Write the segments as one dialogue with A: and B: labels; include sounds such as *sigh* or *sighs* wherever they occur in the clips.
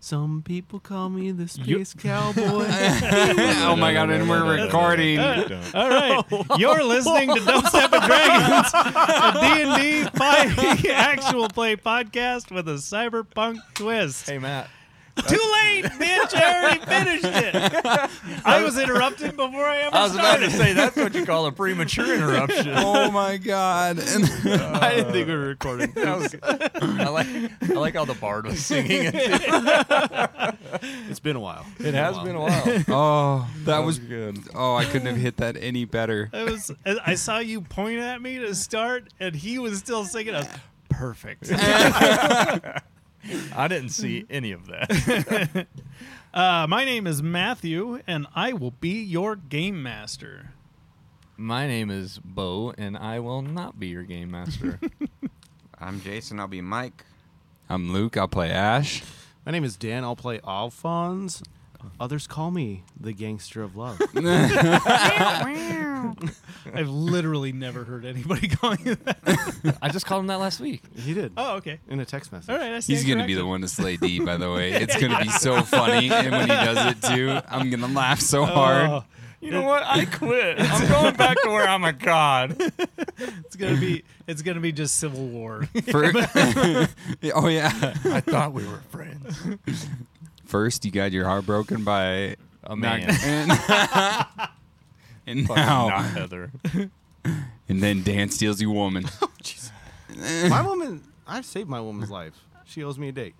A: Some people call me the
B: *laughs*
A: space cowboy.
C: *laughs* oh my god, and we're recording. *laughs*
B: All right, you're listening to Don't Step and Dragons, a D&D 5e actual play *laughs* podcast with a cyberpunk twist.
C: Hey Matt.
B: Too late, bitch! I already finished it. I was interrupted before I ever
D: I was about
B: started.
D: to say that's what you call a *laughs* premature interruption.
C: Oh my god. And *laughs*
D: I didn't think we were recording. I like I like how the bard was singing it. *laughs*
A: it's been a while.
D: It has been a *laughs* while.
C: oh, that was
D: good.
C: Oh, I couldn't have hit that any better.
B: I was. I saw you point at me to start, and he was still singing. I was, Perfect.
D: I didn't see any of that.
B: Uh, my name is Matthew, and I will be your game master.
D: *laughs* My name is Bo, and I will not be your game master.
E: I'm Jason. I'll be Mike.
C: I'm Luke. I'll play Ash.
A: My name is Dan. I'll play Alphonse. Others call me the gangster of love.
B: I've literally never heard anybody *laughs* call you that.
D: I just called him that last week.
A: he did.
B: Oh, okay.
A: In a text message.
B: All right. I stand
C: He's gonna be the
B: corrected.
C: one to slay D. By the way, it's gonna be so *laughs* funny, and when he does it too, I'm gonna laugh so hard. *laughs*
B: Oh,
D: You know what? I *laughs* quit. I'm going back to where I'm a god.
B: it's gonna be. It's gonna be just civil war.
C: Fir- oh *laughs* yeah.
D: I thought we were friends.
C: *laughs* First, you got your heart broken by
D: A
C: Knock-
D: man.
C: and, *laughs* and
D: Fucking not
C: now,
D: Heather.
C: and then Dan steals your *laughs* woman.
A: my woman. I've saved my woman's life. She owes me a date.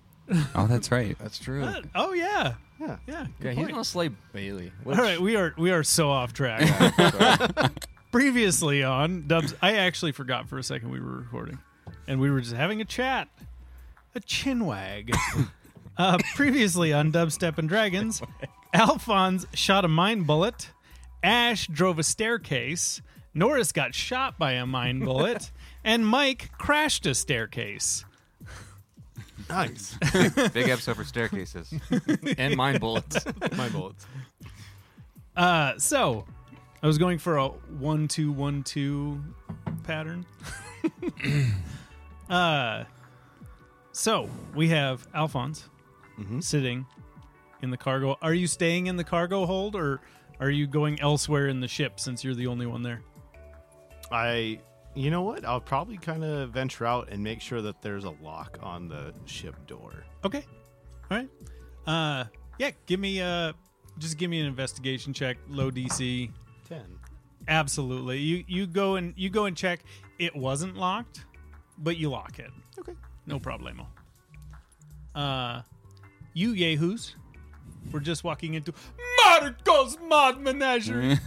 C: Oh, that's right.
D: That's true.
B: But- oh yeah.
A: Yeah.
B: Yeah.
D: Yeah,
B: Good
D: he's
B: point.
D: gonna slay Bailey.
B: All right. We are. We are so off track. *laughs* Previously on Dubs, I actually forgot for a second we were recording, and we were just having a chat, a chin wag. uh, previously on Dubstep and Dragons, Alphonse shot a mine bullet, Ash drove a staircase, Norris got shot by a mine bullet, and Mike crashed a staircase.
A: Nice.
E: Big episode for staircases.
D: and mind bullets.
A: my bullets.
B: Uh, so I was going for a one two one two pattern. uh, so we have Alphonse sitting in the cargo. Are you staying in the cargo hold, or are you going elsewhere in the ship since you're the only one there?
A: I. You know what? I'll probably kind of venture out and make sure that there's a lock on the ship door.
B: Okay, all right. Uh, yeah, give me uh, just give me an investigation check, low DC.
A: Ten.
B: Absolutely. You you go and you go and check. It wasn't locked, but you lock it.
A: Okay.
B: No problemo. Uh, you yahoos were just walking into Marco's Mod Menagerie.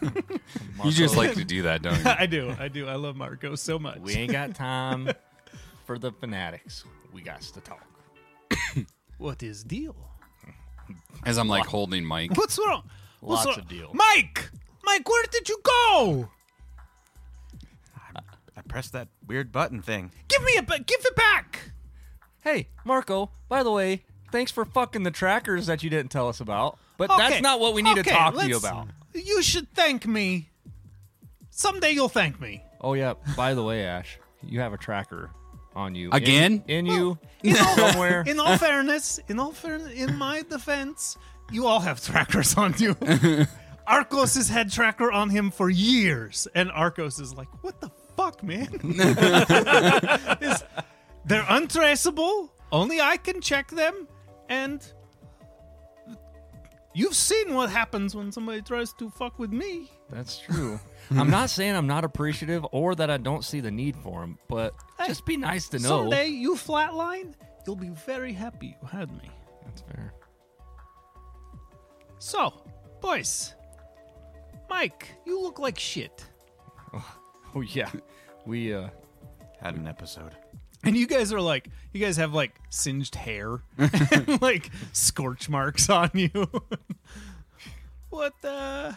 D: *laughs*
B: *laughs*
C: You just like to do that, don't you?
B: I do, I do. I love Marco so much.
D: We ain't got *laughs* time for the fanatics. We got to talk.
B: What is deal?
C: As
B: *laughs*
C: I'm like holding Mike.
B: What's wrong? What's
D: Lots
B: wrong?
D: of deal.
B: Mike, Mike, where did you go?
E: I pressed that weird button thing.
B: Give me a, ba- give it back.
D: Hey, Marco, by the way, thanks for fucking the trackers that you didn't tell us about. But
B: Okay,
D: that's not what we need to
B: okay,
D: talk to you
B: let's-
D: about.
B: You should thank me. Someday you'll thank me.
D: Oh, yeah. By the way, Ash, you have a tracker on you.
C: Again?
D: In, in you.
B: In all,
D: Somewhere.
B: *laughs* in all fairness, in all fairness, in my defense, you all have trackers on
D: *laughs*
B: you. Arcos has had tracker on him for years, and Arcos is like, "What the fuck,
D: *laughs*
B: man? It's- they're untraceable. Only I can check them, and." You've seen what happens when somebody tries to fuck with me.
D: That's true. I'm not saying I'm not appreciative or that I don't see the need for them, but
B: Hey,
D: just be nice to know.
B: Someday you flatline, you'll be very happy you had me.
D: That's fair.
B: So, boys, Mike, you look like shit.
D: Oh, yeah. We, uh,
E: Had an episode.
B: And you guys are like, you guys have like singed *laughs* hair and like scorch marks on you. *laughs* what, uh,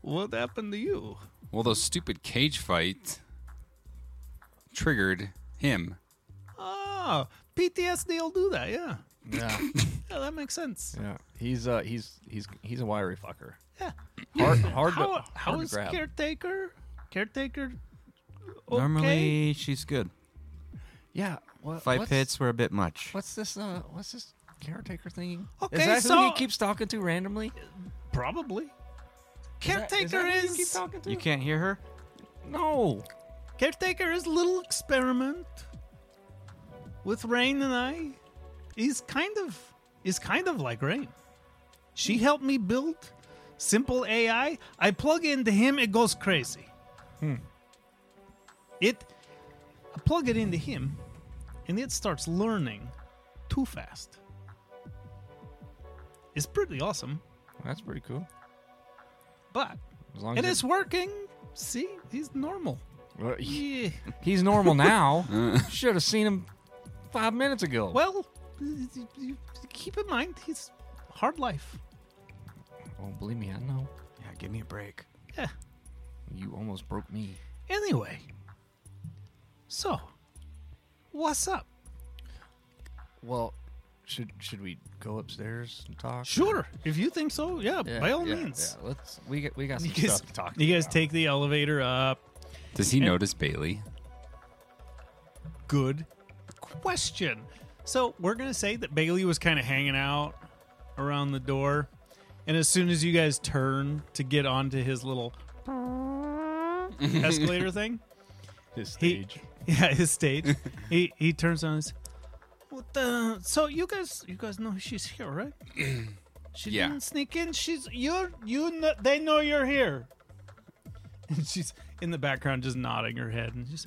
B: what happened to you?
C: Well, those stupid cage fights triggered him.
B: Oh, PTSD will do that, yeah.
D: yeah.
B: Yeah, that makes sense.
D: Yeah, he's uh, he's he's he's a wiry fucker.
B: Yeah.
D: Hard, hard, to,
B: How,
D: hard
B: how
D: to
B: is
D: grab.
B: caretaker? Caretaker? Okay?
E: Normally, she's good.
D: yeah, what,
E: Five
D: what's,
E: hits were a bit much.
D: What's this? Uh, what's this caretaker thingy?
B: Okay,
D: is that who
B: so-
D: he keeps talking to randomly?
B: Probably.
D: Is that- is
B: Caretaker
D: that who
B: is,
D: you keep talking to?
E: You can't hear her?
D: No.
B: caretaker is little experiment with Rain and I is kind of is kind of like Rain. She helped me build simple AI. I plug into him, it goes crazy. It I plug it into him, and it starts learning too fast. It's pretty awesome,
D: That's pretty cool.
B: but
D: As long
B: and
D: as
B: it's working. See, he's normal.
D: *laughs*
B: Yeah.
D: it- he's
B: *laughs*
D: normal now.
B: Uh.
D: Should have seen him five minutes ago.
B: Well, keep in mind he's hard life.
D: Oh, believe me, I know.
E: Yeah, give me a break.
B: Yeah.
D: You almost broke me.
B: Anyway, so what's up?
D: Well, should should we go upstairs and talk?
B: Sure, if you think so, yeah,
D: Yeah,
B: by all
D: yeah,
B: means.
D: yeah. Let's. We got we got some
B: You guys,
D: stuff to talk.
B: you guys take the elevator up.
C: Does he notice Bailey?
B: Good question. So we're gonna say that Bailey was kind of hanging out around the door, and as soon as you guys turn to get onto his
D: *laughs*
B: little escalator thing,
A: His
B: He-
A: stage.
B: *laughs* Yeah, his
D: *laughs*
B: stage. he he turns on his. What the? So you guys, you guys know she's here,
D: *clears throat*
B: right? She
C: Yeah.
B: didn't sneak in. She's you're you. Know, they know you're here. *laughs* And she's in the background, just nodding her head, and she's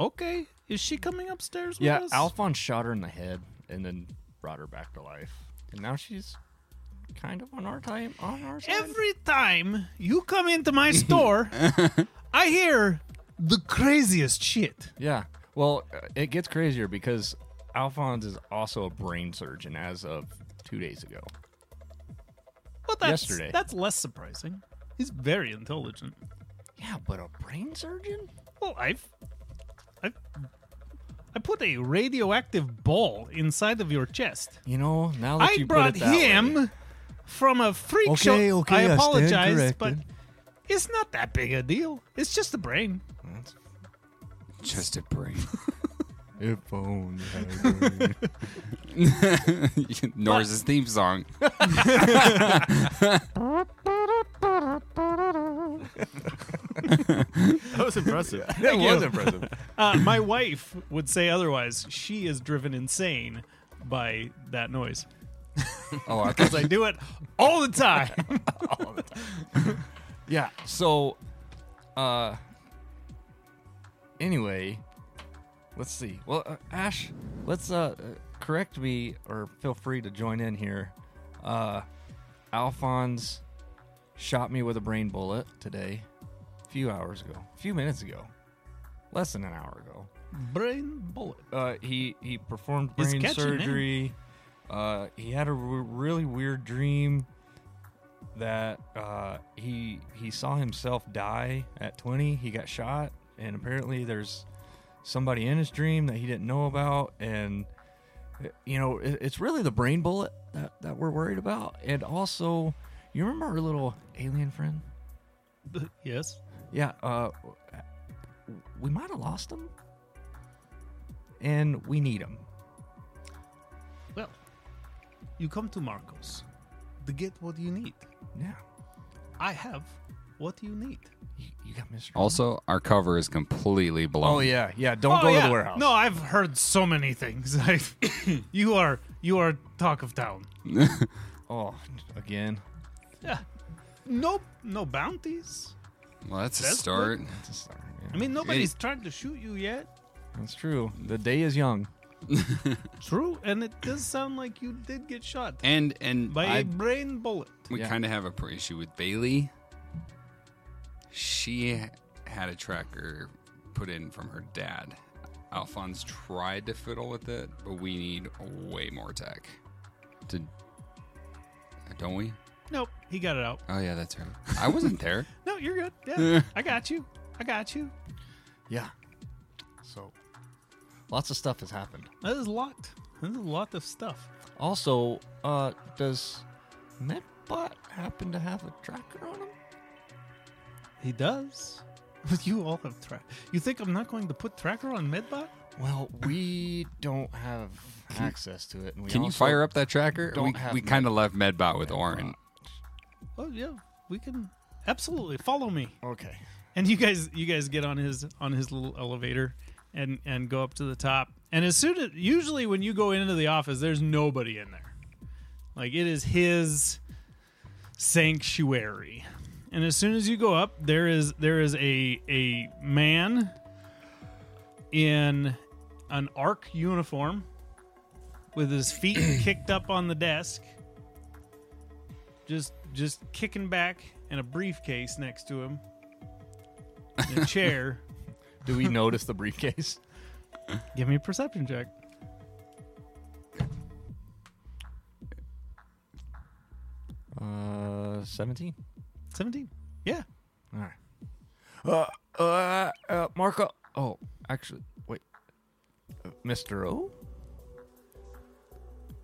B: okay. Is she coming upstairs? With
D: Yeah,
B: us?
D: Alphonse shot her in the head and then brought her back to life, and now she's kind of on our time. On our side.
B: Every time you come into
D: *laughs*
B: my store, I hear the craziest shit.
D: Yeah. Well, uh, it gets crazier because Alphonse is also a brain surgeon as of two days ago.
B: Well, that's,
D: Yesterday.
B: that's less surprising. He's very intelligent.
D: Yeah, but a brain surgeon?
B: Well, I've, I've, I put a radioactive ball inside of your chest.
D: You know, now that
B: I
D: you
B: brought
D: put it that
B: him
D: way,
B: from a freak
D: Okay,
B: show.
D: okay,
B: I
D: I stand
B: apologize, but
D: corrected.
B: it's not that big a deal. It's just a brain.
D: That's-
C: Just
B: *laughs*
C: a brain. *laughs*
D: If only *laughs*
C: Norse's theme
B: *laughs*
C: song.
A: That was
B: *laughs*
A: impressive.
E: That was impressive.
B: *coughs* Uh, my wife would say otherwise. She is driven insane by that noise
C: Oh, I
B: because I do it all the time.
D: Yeah. So, uh, anyway, let's see. Well, uh, Ash, let's uh, uh, correct me or feel free to join in here. Uh, Alphonse shot me with a brain bullet today, a few hours ago, a few minutes ago, less than an hour ago.
B: *laughs* brain bullet. *laughs*
D: Uh, he he performed
B: He's
D: brain
B: catching in.
D: surgery. Uh, he had a r- really weird dream that uh, he he saw himself die at 20. He got shot, and apparently there's somebody in his dream that he didn't know about. And uh, you know, it, it's really the brain bullet that that we're worried about. And also, you remember our little alien friend?
B: Yes.
D: Yeah, uh, we might have lost him, and we need him.
B: Well, you come to Marcos to get what you need.
D: Yeah,
B: I have what you need.
D: you, you got Mr.
C: Also, our cover is completely blown.
D: oh yeah, yeah. Don't go to the warehouse.
B: No, I've heard so many things. *laughs* I've, you are you are talk of town.
D: Oh, again.
B: Yeah. No no bounties.
C: Well, that's a
B: That's
C: start.
D: That's a start.
B: I
D: Yeah.
B: mean nobody's trying to shoot you yet.
D: That's true. The day is young.
B: True, and it does sound like you did get shot
C: And and
B: by a
C: I,
B: brain bullet.
C: we
D: Yeah.
C: kind of have a pr- issue with Bailey. She had a tracker put in from her dad. Alphonse tried to fiddle with it, but we need way more tech. To don't we?
B: Nope, he got it out.
C: Oh yeah, that's right. I wasn't
D: *laughs*
C: there.
B: No, you're good. Yeah. I got you. I got you.
D: Yeah. So, lots of stuff has happened.
B: That is a lot. That is a lot of stuff.
D: Also, uh, does Medbot happen to have a tracker on him?
B: *laughs* He does. But you all have track. You think I'm not going to put tracker on Medbot?
D: Well, we don't have access to it. And we
C: Can you
D: also
C: fire up that tracker?
D: don't
C: we
D: have
C: we
D: med-
C: kind of left MedBot with Orin.
B: Oh yeah, we can absolutely follow me.
D: Okay.
B: And you guys, you guys get on his on his little elevator and and go up to the top. And as soon as usually when you go into the office, there's nobody in there. Like it is his sanctuary. And as soon as you go up, there is there is a a man in an arc uniform with his feet kicked up on the desk just just kicking back and a briefcase next to him and a chair
D: Do we notice the briefcase?
B: *laughs* give me a perception check
D: Uh, seventeen.
B: 17 yeah
D: All right. Uh, uh, uh, Marco. Oh, actually, wait. Uh, Mr. O?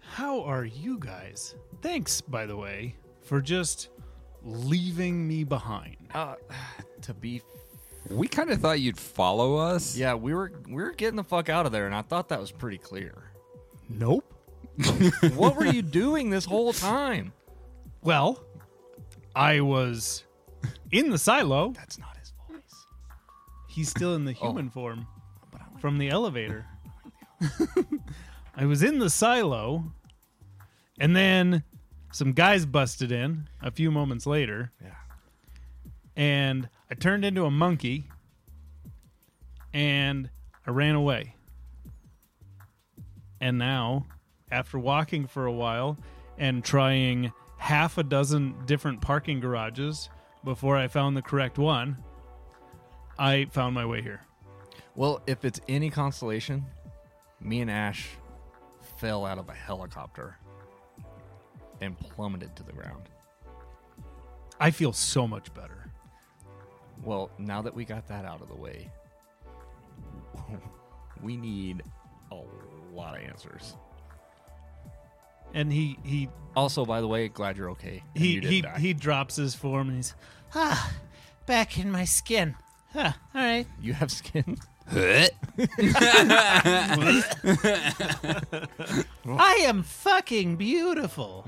B: how are you guys thanks by the way for just leaving me behind
D: Uh, *sighs* to be.
C: We kind of thought you'd follow us. *laughs*
D: Yeah, we were we were getting the fuck out of there, and I thought that was pretty *laughs* clear.
B: nope
D: what were you doing this whole time?
B: well i was in the silo
D: *laughs* That's not his voice. Oh.
B: He's still in the human form from the
D: *laughs*
B: elevator. I was in the silo, and then some guys busted in a few moments later,
D: Yeah.
B: and I turned into a monkey and I ran away. And now, after walking for a while and trying half a dozen different parking garages before I found the correct one, I found my way here.
D: Well, if it's any consolation, me and Ash fell out of a helicopter and plummeted to the ground.
B: I feel so much better.
D: Well, now that we got that out of the way, *laughs* we need a lot of answers.
B: And he he
D: Also, by the way, glad you're okay. and
B: he
D: you didn't
B: he,
D: die.
B: he drops his form and he's ah back in my skin. Huh, all right.
D: You have skin. Oh.
B: I am fucking beautiful.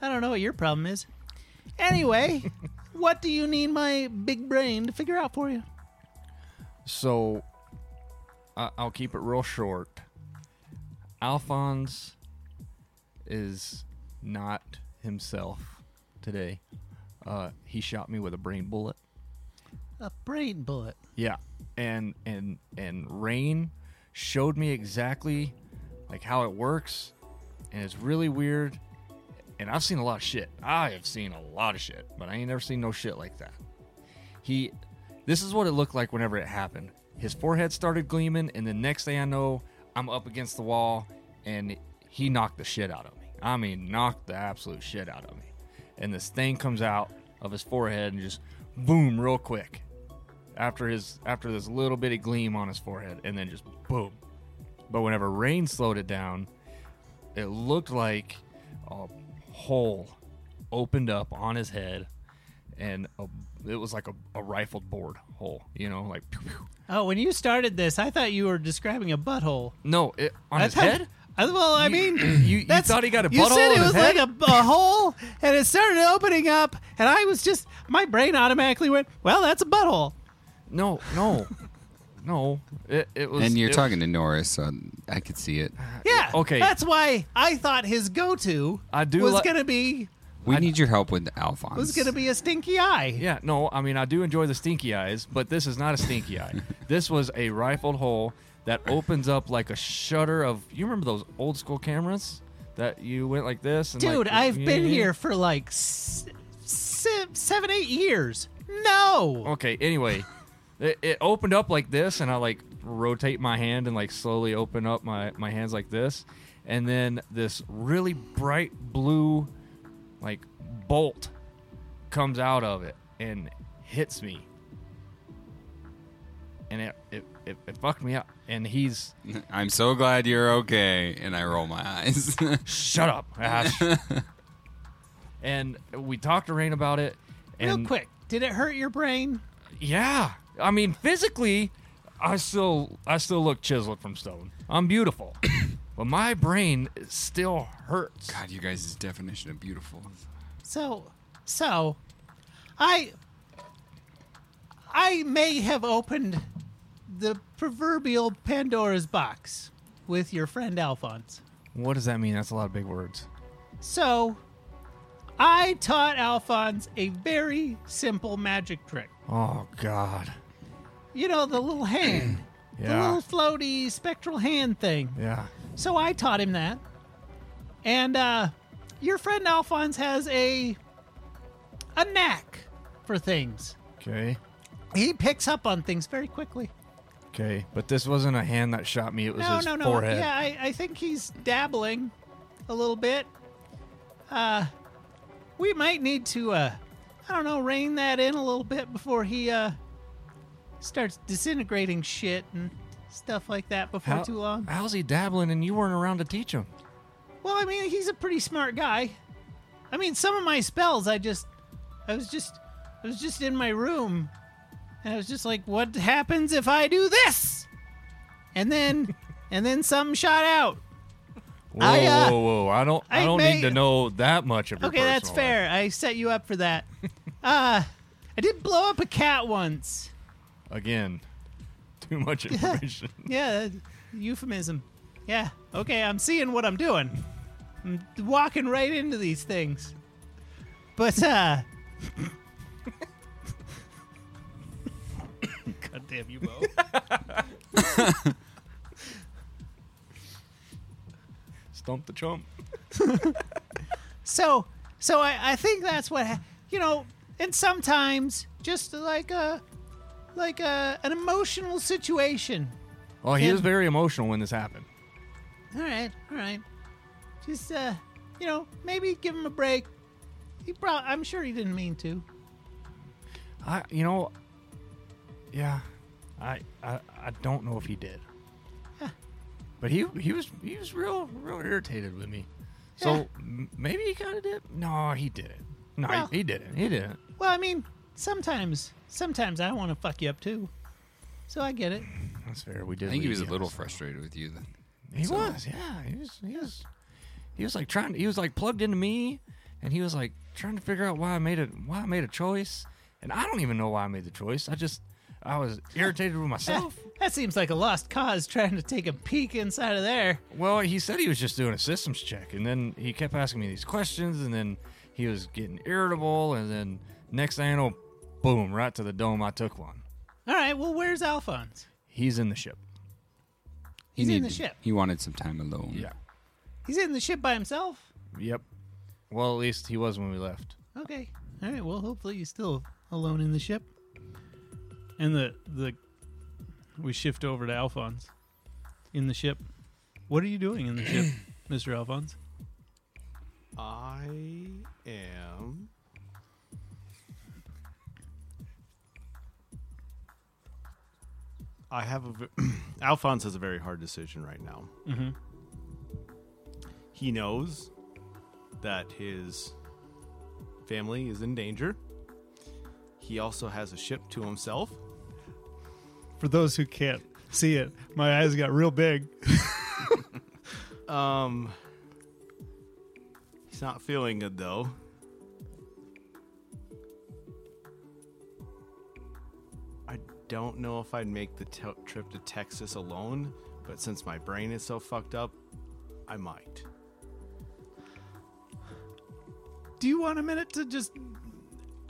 B: I don't know what your problem is.
D: *laughs*
B: Anyway, what do you need my big brain to figure out for you?
D: So, I I'll keep it real short. Alphonse is not himself today. Uh, he shot me with a brain bullet.
B: A brain bullet.
D: Yeah, and and and Rain showed me exactly like how it works, and it's really weird. And I've seen a lot of shit. I have seen a lot of shit, but I ain't never seen no shit like that. He, this is what it looked like whenever it happened. His forehead started gleaming, and the next thing I know, I'm up against the wall, and he knocked the shit out of me. I mean, knocked the absolute shit out of me. And this thing comes out of his forehead and just boom, real quick after his after this little bitty gleam on his forehead, and then just boom. But whenever rain slowed it down, it looked like a hole opened up on his head, and a, it was like a, a rifled board hole, you know, like pew, pew.
B: Oh, when you started this, I thought you were describing a butthole.
D: no, it, on
B: I
D: his
B: thought-
D: head.
B: I, well, I mean,
D: you, you thought he got a butthole
B: You said it
D: in his
B: was
D: head?
B: like a, a hole, and it started opening up, and I was just my brain automatically went, "Well, that's a butthole."
D: no, no, no. It, it was.
C: And you're
D: it-
C: talking to Norris, so I could see
D: *sighs*
C: it.
B: Yeah.
D: Uh, Okay.
B: That's why I thought his go-to
D: I do
B: was
D: li-
B: gonna be
C: We need your help with Alphonse.
B: was gonna be a stinky eye.
D: Yeah, no, I mean I do enjoy the stinky eyes, but this is not a stinky
C: *laughs*
D: eye. This was a rifled hole that opens up like a shutter of you remember those old school cameras that you went like this and like-
B: Dude, I've been
D: Yeah.
B: here for like s- se- seven, eight years. No.
D: Okay, anyway, it, it opened up like this and I like rotate my hand and like slowly open up my my hands like this and then this really bright blue like bolt comes out of it and hits me and it it, it, it fucked me up and he's
C: I'm so glad you're okay. And I roll my eyes. *laughs*
D: shut up ash and we talked to rain about it and
B: Real quick, did it hurt your brain?
D: yeah i mean physically I still I still look chiseled from stone. I'm beautiful, *coughs* but my brain still hurts.
C: God, you guys' definition of beautiful.
F: So, so, I, I may have opened the proverbial Pandora's box with your friend Alphonse.
D: What does that mean? That's a lot of big words.
F: So, I taught Alphonse a very simple magic trick.
D: Oh God.
F: You know, the little hand, the
D: Yeah.
F: little floaty spectral hand thing.
D: Yeah.
F: So I taught him that. And uh, your friend Alphonse has a a knack for things.
D: Okay.
F: He picks up on things very quickly.
D: Okay. But this wasn't a hand that shot me. It was
F: no,
D: his
F: no, no.
D: forehead.
F: Yeah, I, I think he's dabbling a little bit. Uh, we might need to, uh, I don't know, rein that in a little bit before he uh, starts disintegrating shit and stuff like that before
D: How-
F: too long.
D: How's he dabbling and you weren't around to teach him?
F: Well, I mean, he's a pretty smart guy. I mean, some of my spells, I just, I was just, I was just in my room, and I was just like, "What happens if I do this?"
D: *laughs*
F: And then, and then some shot out.
D: Whoa,
F: I, uh,
D: whoa, whoa! I don't, I,
F: I
D: don't
F: may-
D: need to know that much of your
F: Okay, that's
D: personal life.
F: fair. I set you up for that. *laughs* uh, I did blow up a cat once.
D: Again, *laughs* too
F: *laughs*
D: much information. *laughs*
F: Yeah, euphemism. Yeah. Okay, I'm seeing what I'm doing. I'm walking right into these things. But uh *coughs* God damn you both.
D: Stump the chump.
F: So, so I, I think that's what ha- you know. And sometimes, just like a, like a, an emotional situation.
D: Oh, he
F: Yeah.
D: was very emotional when this happened.
F: All right, all right. Just uh, you know, maybe give him a break. He probably, I'm sure he didn't mean to.
D: I, you know, yeah, I, I, I don't know if he did, but he, he was, he was real, real irritated with me. So
F: Yeah.
D: m- maybe he kind of did. No, he didn't. No,
F: Well-
D: he, he didn't. He didn't.
F: Well, I mean, sometimes, sometimes I want to fuck you up too. So I get it.
D: That's fair. We did.
C: I think he
D: leave
C: was a
D: the
C: little
D: house.
C: frustrated with you then.
D: He
C: so-
D: was. Yeah. He was. He was. He was like trying. He was like plugged into me, and he was like trying to figure out why I made it. Why I made a choice, and I don't even know why I made the choice. I just, I was irritated with
F: That,
D: myself.
F: Eh, *laughs* that seems like a lost cause trying to take a peek inside of there.
D: Well, he said he was just doing a systems check, and then he kept asking me these questions, and then he was getting irritable, and then next thing I know, boom, right to the dome, I took one.
F: All right, well, where's Alphonse?
D: He's in the ship.
C: He
F: He's in the ship.
C: He wanted some time alone.
F: He's in the ship by himself.
D: Yep. Well, at least he was when we left.
F: Okay. All right. Well, hopefully he's still alone in the ship.
B: And the the we shift over to Alphonse in the ship. What are you doing in the *clears throat* ship, Mister Alphonse?
A: I am. I have a. ve- *clears throat* Alphonse has a very hard decision right now.
B: Mhm.
A: He knows that his family is in danger. He also has a ship to himself.
B: For those who can't see it, my eyes got real big.
A: Um, he's not feeling good though. I don't know if I'd make the t- trip to Texas alone, but since my brain is so fucked up, I might.
B: Do you want a minute to just?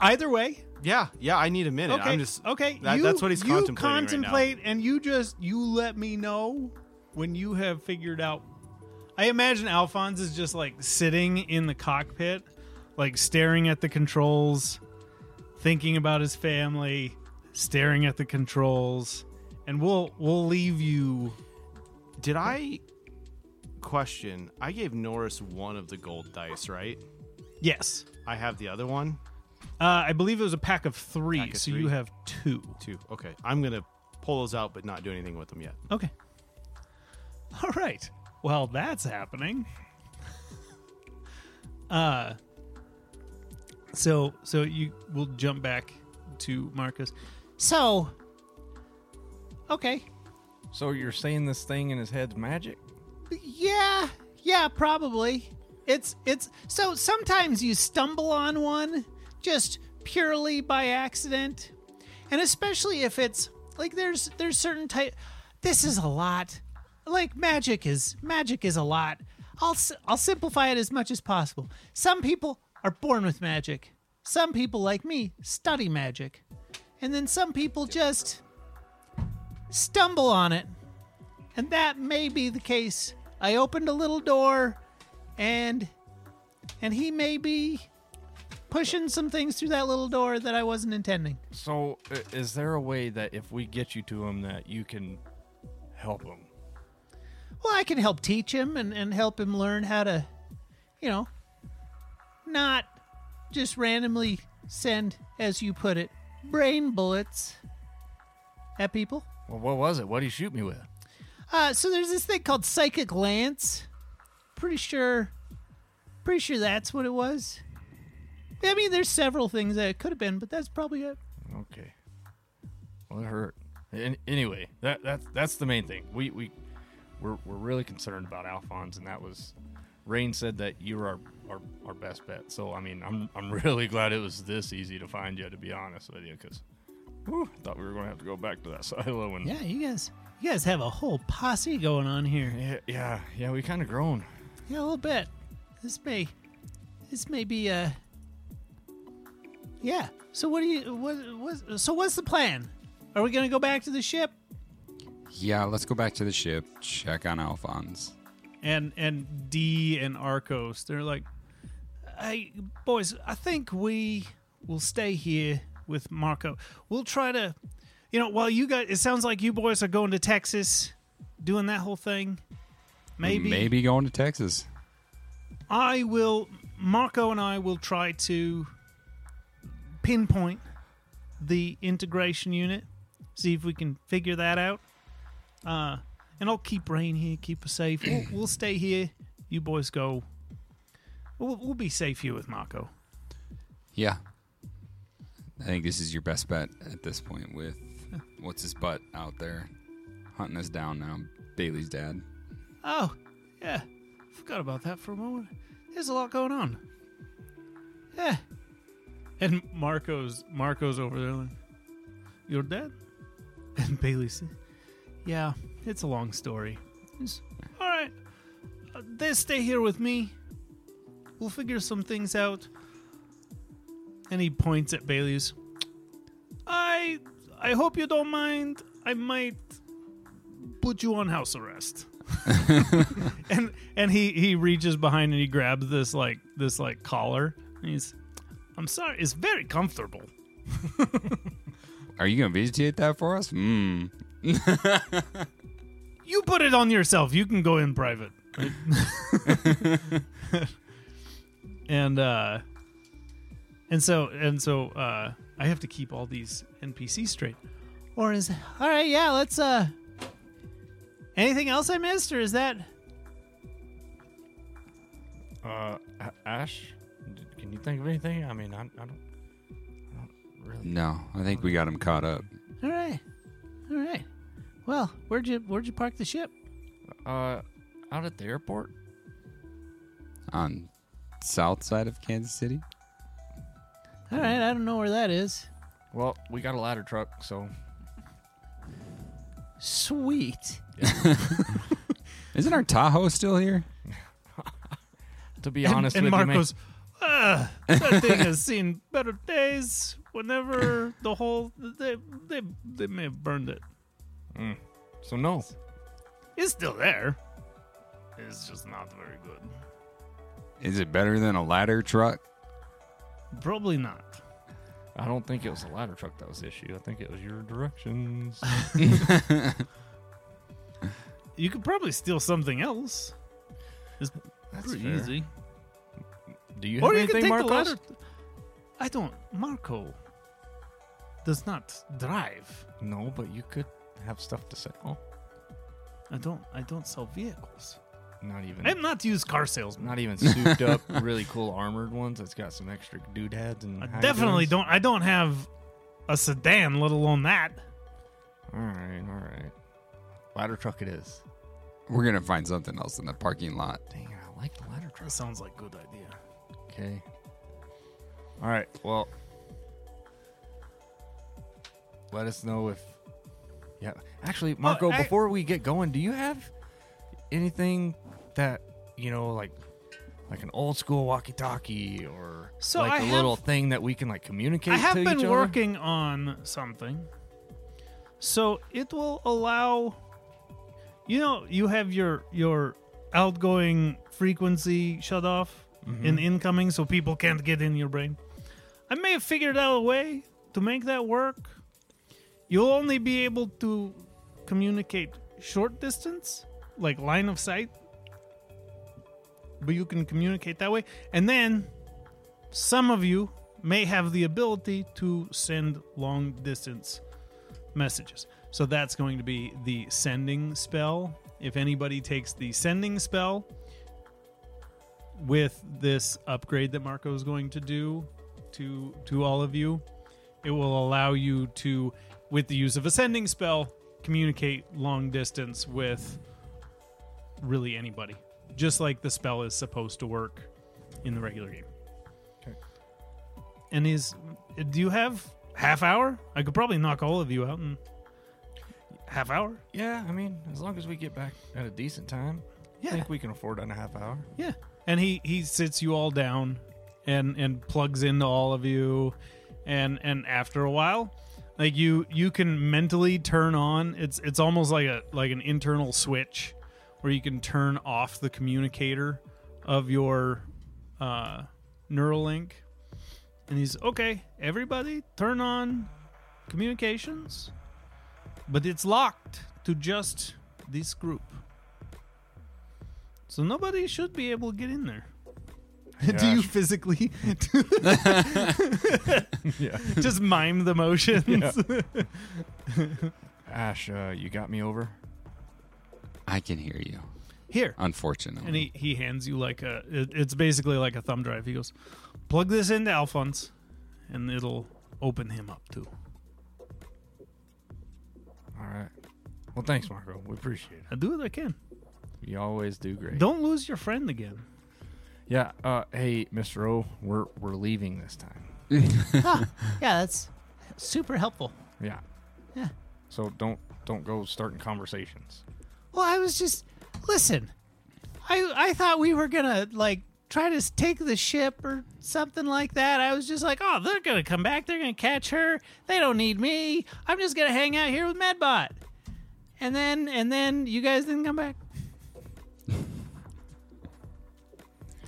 B: Either way,
A: Yeah, yeah, I need a minute.
B: okay,
A: I'm just
B: okay.
A: that-
B: you-
A: that's what he's
B: you
A: contemplating right now.
B: contemplate, and you just you let me know when you have figured out. I imagine Alphonse is just like sitting in the cockpit, like staring at the controls, thinking about his family, staring at the controls, and we'll we'll leave you.
A: Did I question? I gave Norris one of the gold dice, right?
B: Yes,
A: I have the other one.
B: uh, I believe it was a pack of three,
A: Pack of
B: so
A: three.
B: you have two.
A: Two. Okay, I'm gonna pull those out, but not do anything with them yet.
B: Okay. *laughs* All right. Well, that's happening. *laughs* Uh so so you we'll jump back to Marcus.
F: So, Okay.
D: So you're saying this thing in his head's magic?
F: Yeah, yeah, probably. It's it's so sometimes you stumble on one just purely by accident. And especially if it's like there's there's certain type this is a lot. Like magic is magic is a lot. I'll s- I'll simplify it as much as possible. Some people are born with magic. Some people like me study magic. And then some people just stumble on it. And that may be the case. I opened a little door and and he may be pushing some things through that little door that I wasn't intending.
D: So i- is there a way that if we get you to him that you can help him?
F: Well, I can help teach him and, and help him learn how to, you know, not just randomly send, as you put it, brain bullets at people.
D: Well, what was it? What did he shoot me with?
F: Uh, so there's this thing called psychic lance. Pretty sure, pretty sure that's what it was. I mean, there's several things that it could have been, but that's probably it.
D: Okay. Well, it hurt. An- anyway, that that's that's the main thing. We we we're, we're really concerned about Alphonse, and that was Rain said that you were our, our, our best bet. So I mean, I'm I'm *laughs* really glad it was this easy to find you. To be honest with you, because I thought we were going to have to go back to that *laughs* silo and
F: Yeah, you guys, you guys have a whole posse going on here.
D: yeah yeah, yeah we kind of grown.
F: Yeah, a little bit. This may, this may be uh Yeah. So what do you what what? So what's the plan? Are we gonna go back to the ship?
C: Yeah, let's go back to the ship, check on Alphonse.
B: and and D and Arcos. They're like, "Hey boys, I think we will stay here with Marco. We'll try to, you know, while you guys. It sounds like you boys are going to Texas, doing that whole thing. Maybe,
C: Maybe going to Texas.
B: I will. Marco and I will try to pinpoint the integration unit. See if we can figure that out. Uh, and I'll keep Rain here, keep her safe. We'll, we'll stay here. You boys go. We'll, we'll be safe here with Marco.
C: Yeah. I think this is your best bet at this point
F: *laughs*
C: with what's his butt out there hunting us down now. Bailey's dad.
B: Oh, yeah. Forgot about that for a moment. There's a lot going on. Yeah. And Marco's Marco's over there like, You're dead? And Bailey said, Yeah, it's a long story. It's- all right. Uh, They stay here with me. We'll figure some things out. And he points at Bailey's. I I hope you don't mind. I might put you on house arrest and and he he reaches behind and he grabs this like this like collar and he's i'm sorry it's very comfortable
C: Are you going to vegetate that for us? Hmm.
B: you put it on yourself you can go in private *laughs* and uh and so and so uh i have to keep all these npcs straight
F: Or is all right? Yeah, let's. uh Anything else I missed, or is that?
D: Uh, A- Ash, d- can you think of anything? I mean, I, I don't. I don't really.
C: No, I think we got him caught up.
F: All right, all right. Well, where'd you where'd you park the ship?
D: Uh, out at the airport.
C: on south side of Kansas City.
F: All right, I don't know where that is.
D: Well, we got a ladder truck, so
F: Sweet.
C: Isn't our Tahoe still here?
D: to be
B: And-
D: honest
B: and,
D: with you, man-
B: Marcos, "Ugh, that thing has seen better days. Whenever the whole they they they may have burned it.
D: so no.
B: It's still there. It's just not very good.
C: Is it better than a ladder truck?
B: Probably not.
D: I don't think it was the ladder truck that was the issue. I think it was your
B: *laughs*
D: directions.
B: You could probably steal something else. It's pretty
D: fair.
B: easy.
D: Do you have
B: Or you could
D: anything,
B: take the
D: Marcos?
B: ladder. I don't. Marco does not drive.
D: No, but you could have stuff to sell.
B: I don't. I don't sell vehicles.
D: Not even.
B: I'm not used car salesman.
D: not even souped up, really cool armored ones that's got some extra doodads and.
B: I
D: hang
B: definitely
D: guns.
B: don't. I don't have a sedan, let alone that.
D: All right, all right.
G: Ladder truck it is.
C: We're gonna find something else in the parking lot.
D: Dang it, I like the ladder truck.
E: Sounds like good idea.
D: Okay. All right. Well, let us know if. Yeah. Actually, Marco,
B: I-
D: before we get going, do you have anything that you know, like, like an old school walkie-talkie, or
B: So
D: like
B: I
D: a
B: have-
D: little thing that we can like communicate?
B: I have
D: to each
B: been
D: other?
B: working on something. So it will allow you know, you have your your outgoing frequency shut off
D: Mm-hmm.
B: and incoming so people can't get in your brain. I may have figured out a way to make that work. You'll only be able to communicate short distance, like line of sight. But you can communicate that way. And then some of you may have the ability to send long distance messages. So that's going to be the sending spell. If anybody takes the sending spell with this upgrade that Marco is going to do to to all of you, it will allow you to with the use of a sending spell communicate long distance with really anybody. Just like the spell is supposed to work in the regular game and is do you have half hour i could probably knock all of you out in half hour
D: Yeah, I mean, as long as we get back at a decent time, I
B: yeah
D: think we can afford it in a half hour.
B: yeah *laughs* and he he sits you all down and and plugs into all of you and and after a while like you you can mentally turn on it's it's almost like a like an internal switch where you can turn off the communicator of your uh neuralink and he's okay everybody turn on communications but it's locked to just this group so nobody should be able to get in there *laughs* do you physically *laughs*
D: Yeah.
B: just mime the motions
D: Ash, uh, you got me over.
C: I can hear you.
B: *laughs* here
C: Unfortunately,
B: and he, he hands you like a it- it's basically like a thumb drive he goes plug this into alphonse and it'll open him up too
D: All right. Well, thanks, Marco. We appreciate
B: i do what i can
D: it. You always do great.
B: don't lose your friend again
D: Yeah. Uh, hey, Mr. O, we're we're leaving this time.
F: Yeah, that's super helpful.
D: Yeah.
F: Yeah.
D: So don't don't go starting conversations.
F: Well, I was just listen. I I thought we were gonna like try to s- take the ship or something like that. I was just like, oh, they're gonna come back. They're gonna catch her. They don't need me. I'm just gonna hang out here with Medbot. And then and then you guys didn't come back.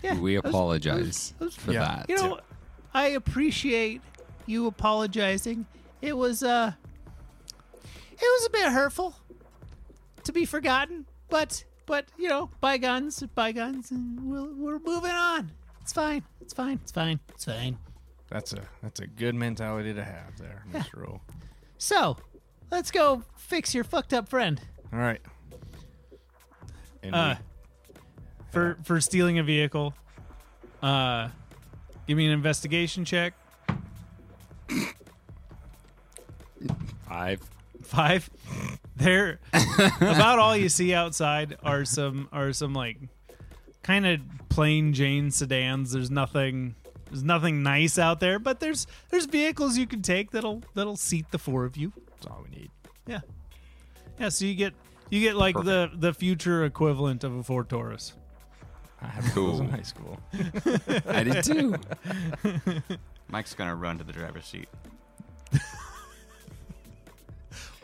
F: Yeah,
C: we
F: I was-
C: apologize
F: I was-
C: for
D: Yeah.
C: that.
F: you know, I appreciate you apologizing. It was uh it was a bit hurtful to be forgotten, but but you know, bygones, are bygones and we'll, we're moving on. It's fine. It's fine. It's fine. It's fine.
D: That's a that's a good mentality to have there, Mr. O.
F: So, let's go fix your fucked up friend.
D: All right. And
B: Uh, for for stealing a vehicle. Uh, give me an investigation check.
C: I've
B: Five. There, about all you see outside are some are some like kind of plain Jane sedans. There's nothing there's nothing nice out there, but there's there's vehicles you can take that'll that'll seat the four of you.
D: that's all we need.
B: Yeah, yeah. So you get you get like the the future equivalent of a Ford Taurus.
D: I had one of those in
C: Cool.
D: high school.
C: I did
D: *laughs*
C: too.
G: Mike's gonna run to the driver's seat.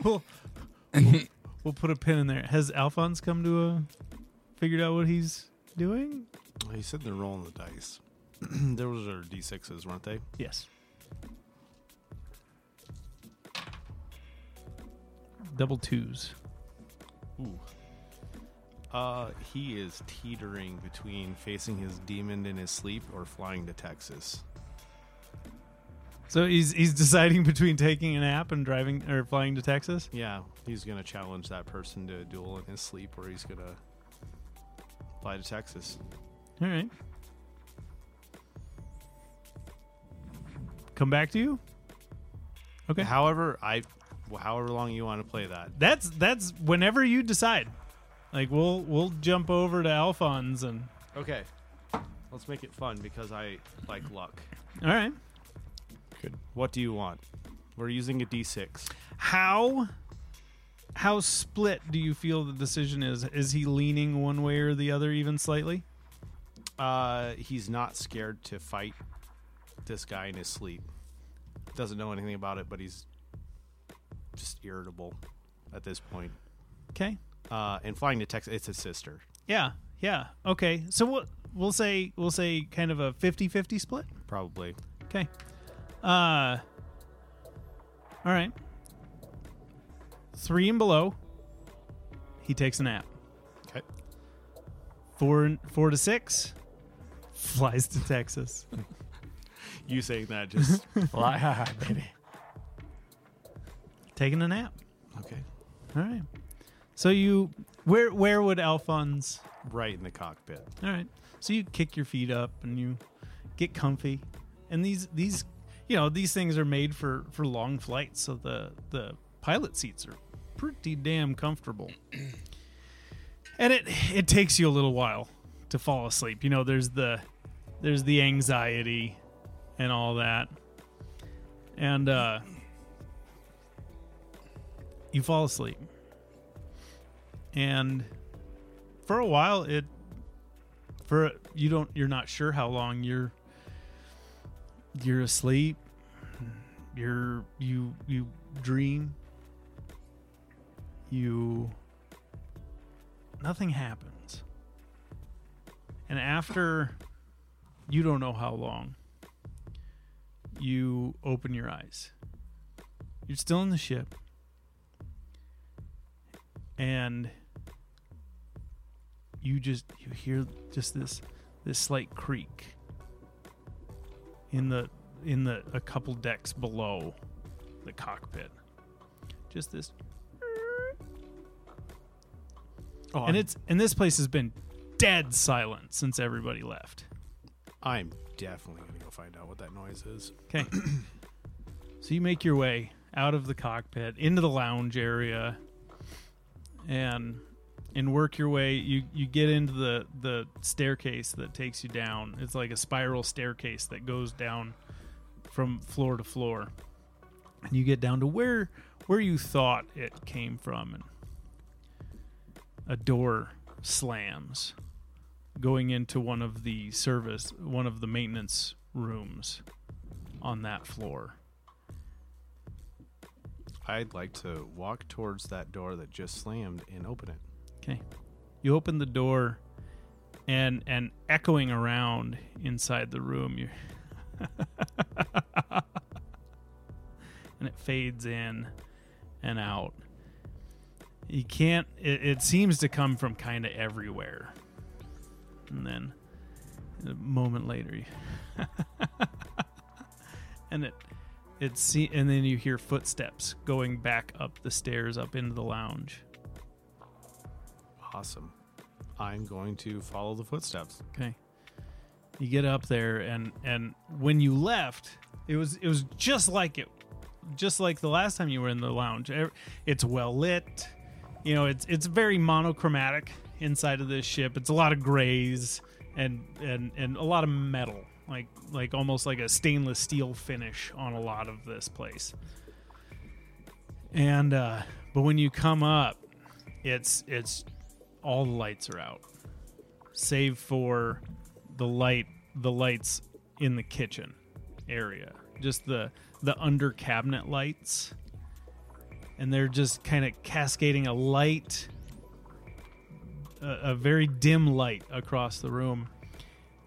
B: we'll, we'll put a pin in there. Has Alphonse come to a figured out what he's doing?
A: He said they're rolling the dice. *clears throat* Those are d6s, weren't they?
B: Yes. Double twos.
A: Ooh. Uh, he is teetering between facing his demon in his sleep or flying to Texas.
B: So he's he's deciding *laughs* between taking a nap and driving or flying to Texas.
A: Yeah, he's gonna challenge that person to a duel in his sleep, or he's gonna fly to Texas.
B: All right. Come back to you. Okay.
A: However, I wh- however long you want to play that.
B: That's that's whenever you decide. Like we'll we'll jump over to Alphonse and
A: Okay. Let's make it fun because I like luck.
B: all right.
A: What do you want? We're using a d6.
B: How how split do you feel the decision is? Is he leaning one way or the other even slightly?
A: Uh, he's not scared to fight this guy in his sleep. Doesn't know anything about it, but he's just irritable at this point.
B: Okay.
A: Uh, and flying to Texas, it's his sister.
B: Yeah. Yeah. Okay. So we'll we'll say we'll say kind of a 50-50 split.
A: Probably.
B: Okay. Uh All right. 3 and below. He takes a nap.
A: Okay.
B: 4 4 to 6 flies to Texas.
A: You saying that just
D: Fly, baby.
B: Taking a nap.
A: *laughs* okay?
B: All right. So you where where would Alphonse?
A: Right in the cockpit.
B: All right. So you kick your feet up and you get comfy. And these these you know, these things are made for for long flights, so the the pilot seats are pretty damn comfortable. *clears throat* and it it takes you a little while to fall asleep. You know, there's the there's the anxiety and all that. And uh you fall asleep. And for a while it for you don't you're not sure how long you're you're asleep you're you you dream you nothing happens and after you don't know how long you open your eyes you're still in the ship and you just you hear just this this slight creak in the in the a couple decks below the cockpit just this
A: Oh,
B: and it's and this place has been dead silent since everybody left
A: I'm definitely gonna go find out what that noise is.
B: Okay. *clears throat* so you make your way out of the cockpit into the lounge area and and work your way you you get into the the staircase that takes you down. It's like a spiral staircase that goes down from floor to floor. And you get down to where where you thought it came from and a door slams going into one of the service one of the maintenance rooms on that floor.
A: I'd like to walk towards that door that just slammed and open it.
B: Okay. You open the door and and echoing around inside the room you *laughs* and it fades in and out. You can't it, it seems to come from kind of everywhere. And then a moment later you *laughs* and it it see and then you hear footsteps going back up the stairs up into the lounge.
A: Awesome. I'm going to follow the footsteps.
B: Okay. You get up there and and when you left, it was it was just like it just like the last time you were in the lounge. Ev- It's well lit. You know, it's it's very monochromatic inside of this ship. It's a lot of grays and and and a lot of metal. Like like almost like a stainless steel finish on a lot of this place. And uh but when you come up, it's it's all the lights are out save for the light the lights in the kitchen area just the the under cabinet lights and they're just kind of cascading a light a, a very dim light across the room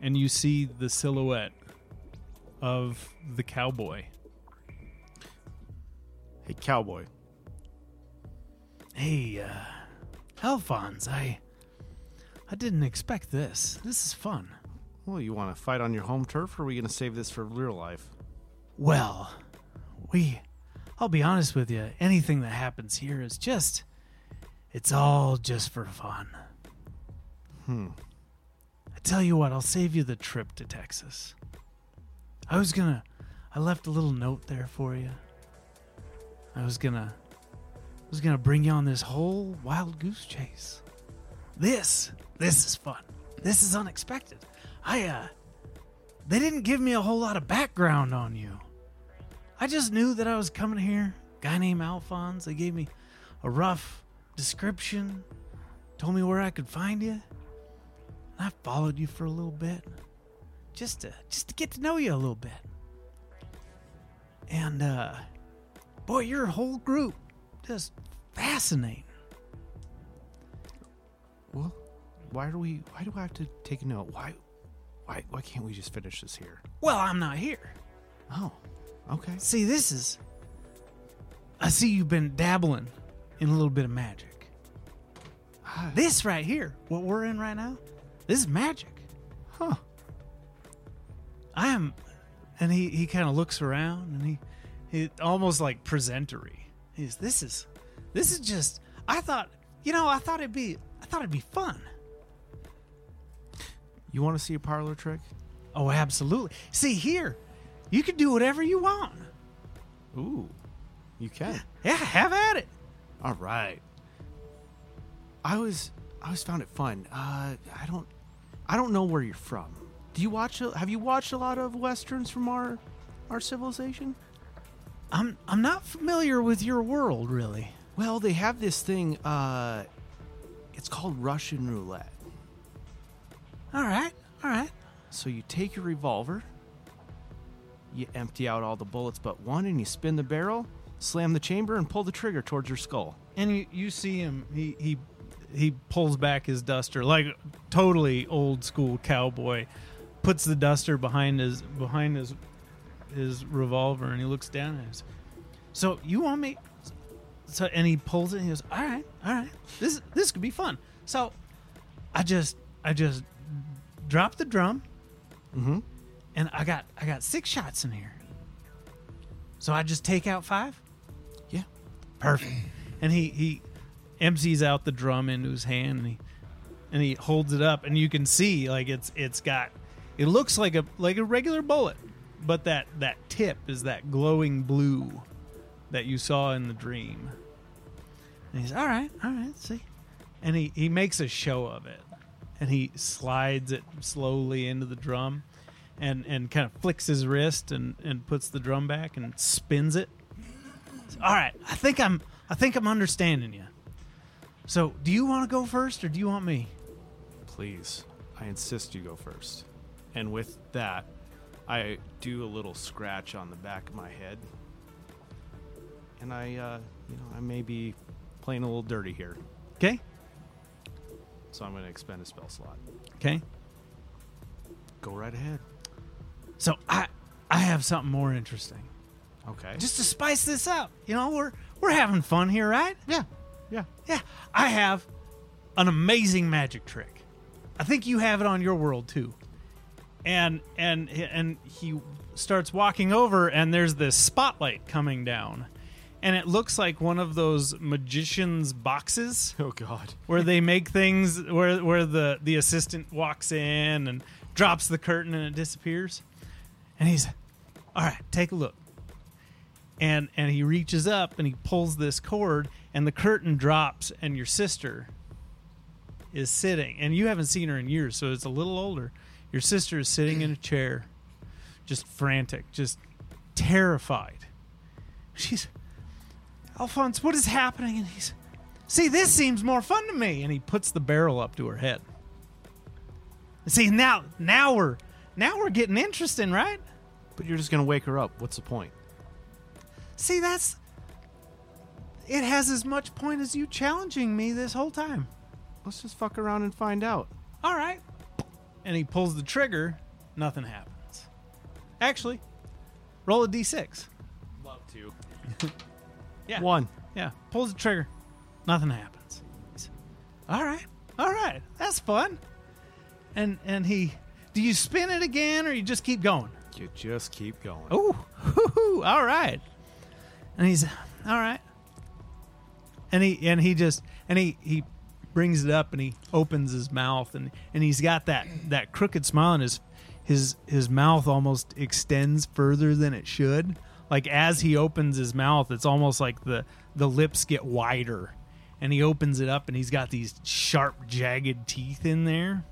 B: and you see the silhouette of the cowboy
A: Hey, cowboy.
B: hey uh alphonse i i didn't expect this this is fun
A: Well, you want to fight on your home turf, or are we going to save this for real life?
B: Well, we. I'll be honest with you, anything that happens here is just. It's all just for fun. Hmm. I tell you what, I'll save you the trip to Texas. I was gonna. I left a little note there for you. I was gonna.
F: was gonna bring you on this whole wild goose chase. This, this is fun. This is unexpected. I, uh, they didn't give me a whole lot of background on you. I just knew that I was coming here. Guy named Alphonse. They gave me a rough description, told me where I could find you. And I followed you for a little bit, just to just to get to know you a little bit. And uh, boy, your whole group just fascinating.
A: Well, why do we? Why do I have to take a note? Why, why, why can't we just finish this here?
F: Well, I'm not here.
A: Oh, okay.
F: See, this is. I see you've been dabbling in a little bit of magic. This right here, what we're in right now, this is magic. Huh. I am. And he, he kind of looks around and he, he almost like presentery. He's, this is, this is just, I thought, you know, I thought it'd be, I thought it'd be fun.
A: You want to see a parlor trick?
F: Oh, absolutely. See here, you can do whatever you want.
A: Ooh, you can.
F: Yeah, have at it.
A: All right. I was I always found it fun. Uh, I don't I don't know where you're from. Do you watch? a- Have you watched a lot of westerns from our our civilization?
F: I'm I'm not familiar with your world really.
A: Well, they have this thing. Uh, it's called Russian roulette.
F: All right, all right.
A: So you take your revolver, you empty out all the bullets but one, and you spin the barrel, slam the chamber, and pull the trigger towards your skull.
B: And you, you see him. He he he pulls back his duster like totally old school cowboy. Puts the duster behind his behind his his revolver and he looks down at us.
F: So you want me? So and he pulls it. and He goes, all right, all right. This this could be fun. So I just I just dropped the drum,
A: Mhm.
F: and I got I got six shots in here. So I just take out five.
A: Yeah.
F: Perfect.
B: And he he empties out the drum into his hand and he and he holds it up and you can see like it's it's got it looks like a like a regular bullet, but that that tip is that glowing blue that you saw in the dream.
F: And he's all right, all right. See,
B: and he, he makes a show of it and he slides it slowly into the drum and, and kind of flicks his wrist and, and puts the drum back and spins it
F: all right. I think I'm I think I'm understanding you. So do you want to go first or do you want me?
A: Please, I insist you go first. And with that, I do a little scratch on the back of my head. And I, uh, you know, I may be playing a little dirty here,
B: okay
A: so I'm going to expend a spell slot.
B: okay
A: Go right ahead.
F: So I I have something more interesting.
A: Okay.
F: Just to spice this up. You know, we're we're having fun here, right?
A: yeah, yeah.
F: Yeah. I have an amazing magic trick. I think you have it on your world too.
B: and and and he starts walking over and there's this spotlight coming down and it looks like one of those
A: *laughs*
B: magicians boxes
A: *laughs* Oh God.
B: where they make things where where the the assistant walks in and drops the curtain and it disappears and he's all right take a look and and he reaches up and he pulls this cord and the curtain drops and your sister is sitting and you haven't seen her in years so it's a little older your sister is sitting in a chair just frantic just terrified
F: She's Alphonse, what is happening? And he's See, this seems more fun to me.
B: and he puts the barrel up to her head
F: See, now now we're now we're getting interesting, right?
A: But you're just going to wake her up. What's the point?
F: See, that's it has as much point as you challenging me this whole time.
A: Let's just fuck around and find out.
F: All right.
B: and he pulls the trigger, nothing happens. Actually, roll a d6.
A: Love *laughs* to.
B: Yeah.
A: One.
B: Yeah, pulls the trigger, nothing happens.
F: All right. All right. That's fun. And and he do you spin it again or you just keep going?
A: You just keep going.
F: Oh, hoo-hoo, all right. And he's all right.
B: And he and he just and he he brings it up and he opens his mouth and and he's got that that crooked smile and his his his mouth almost extends further than it should,
F: like as he opens his mouth, it's almost like the the lips get wider, and he opens it up, and he's got these sharp, jagged teeth in there,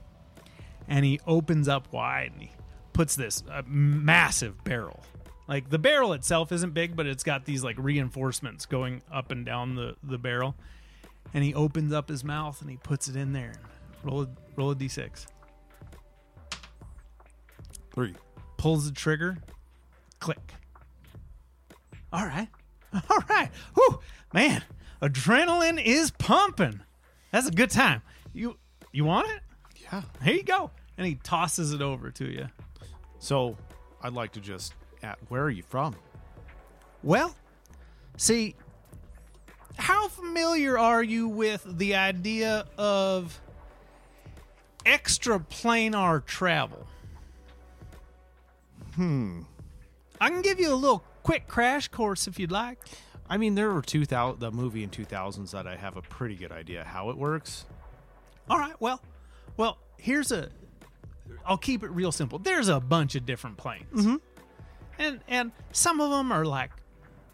F: and he opens up wide, and he puts this uh, massive barrel. Like the barrel itself isn't big, but it's got these like reinforcements going up and down the the barrel, and he opens up his mouth and he puts it in there. Roll a, roll a d6.
A: Three.
F: pulls the trigger, click. All right. *laughs* All right. Whew, man, adrenaline is pumping. That's a good time. You you want it?
A: Yeah.
F: Here you go. And he tosses it over to you.
A: So I'd like to just at where are you from?
F: Well, see, how familiar are you with the idea of extraplanar travel? Hmm. I can give you a little quick crash course if you'd like.
A: I mean, there were two thousand the movie in two thousands that I have a pretty good idea how it works.
F: All right. Well, well, here's a. I'll keep it real simple. There's a bunch of different planes, and and some of them are like,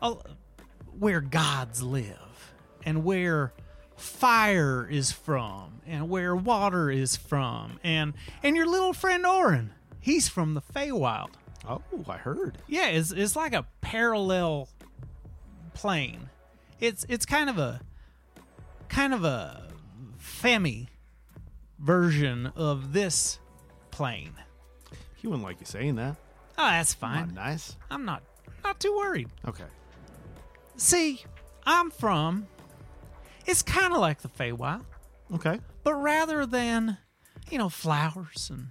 F: uh, where gods live, and where fire is from, and where water is from, and and your little friend Orin, he's from the Feywild.
A: Oh, I heard.
F: Yeah, it's it's like a parallel plane. It's it's kind of a kind of a femi version of this plane.
A: He wouldn't like you saying that.
F: Oh,
A: Not
F: that's fine.
A: nice.
F: I'm not not too worried.
A: Okay.
F: See, I'm from it's kind of like the Feywild.
A: Okay.
F: But rather than, you know, flowers and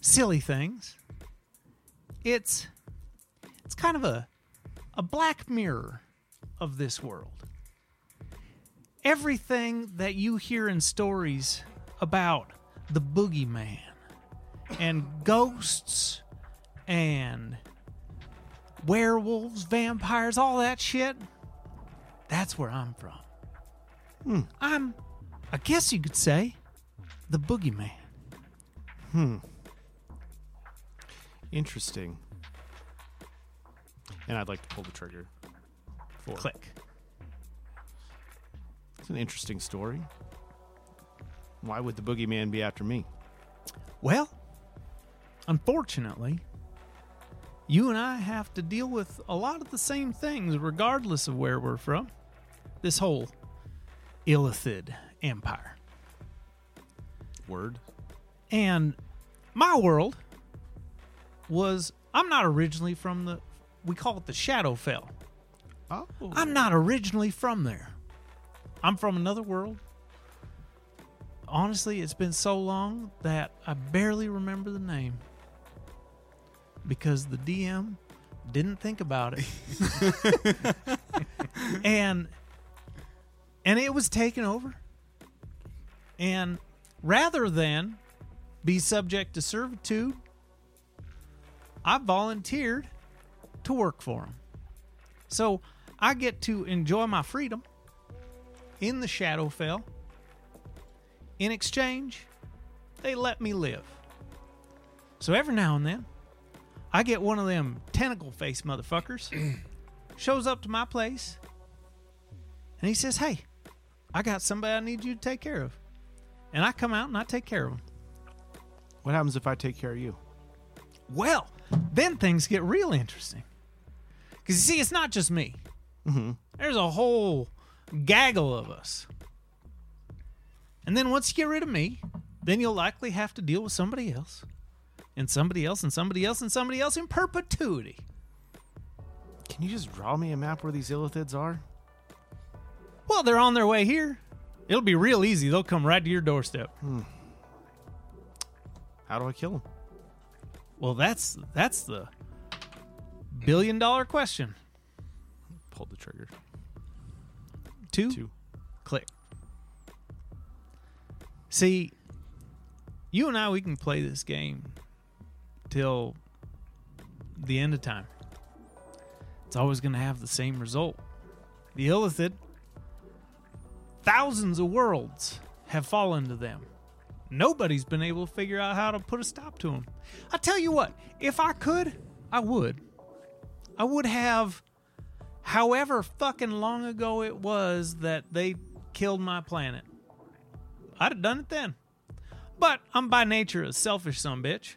F: silly things, it's it's kind of a a black mirror of this world. Everything that you hear in stories about the boogeyman and ghosts and werewolves, vampires, all that shit, that's where I'm from. I'm I guess you could say the boogeyman.
A: Interesting. And I'd like to pull the trigger. Four.
F: Click.
A: It's an interesting story. Why would the boogeyman be after me?
F: Well, unfortunately, you and I have to deal with a lot of the same things regardless of where we're from. This whole Illithid empire.
A: Word.
F: And my world was I'm not originally from the we call it the Shadowfell.
A: Oh.
F: I'm not originally from there. I'm from another world. Honestly, it's been so long that I barely remember the name because the DM didn't think about it. and and it was taken over. And rather than be subject to servitude, I volunteered to work for him. So I get to enjoy my freedom in the Shadowfell. In exchange, they let me live. So every now and then, I get one of them tentacle face motherfuckers, shows up to my place, and he says, Hey, I got somebody I need you to take care of. And I come out and I take care of him.
A: What happens if I take care of you?
F: Well, then things get real interesting. Because you see, it's not just me, there's a whole gaggle of us. And then once you get rid of me, then you'll likely have to deal with somebody else, and somebody else, and somebody else, and somebody else in perpetuity.
A: Can you just draw me a map where these illithids are?
F: Well, they're on their way here. It'll be real easy. They'll come right to your doorstep.
A: How do I kill them?
F: Well, that's that's the billion dollar question.
A: Pull the trigger.
F: Two.
A: Two.
F: click. See, you and I, we can play this game till the end of time. It's always going to have the same result. The Illithid, thousands of worlds have fallen to them. Nobody's been able to figure out how to put a stop to them. I tell you what, if I could, I would. I would have, however fucking long ago it was that they killed my planet. I'd have done it then. But I'm by nature a selfish son bitch.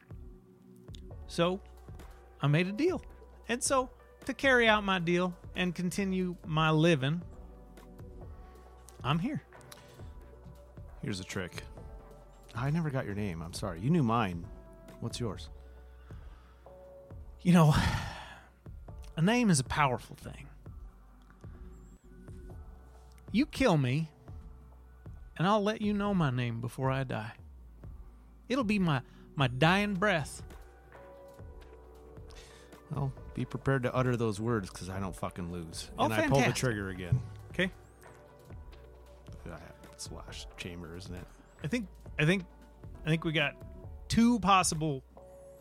F: So I made a deal. And so to carry out my deal and continue my living, I'm here.
A: Here's a trick. I never got your name. I'm sorry. You knew mine. What's yours?
F: You know, *sighs* a name is a powerful thing. You kill me, and I'll let you know my name before I die. It'll be my, my dying breath.
A: Well, be prepared to utter those words because I don't fucking lose.
F: Oh,
A: and I pull the
F: fantastic.
A: trigger again.
F: Okay.
A: I have slash chamber, isn't it?
F: I think I think I think we got two possible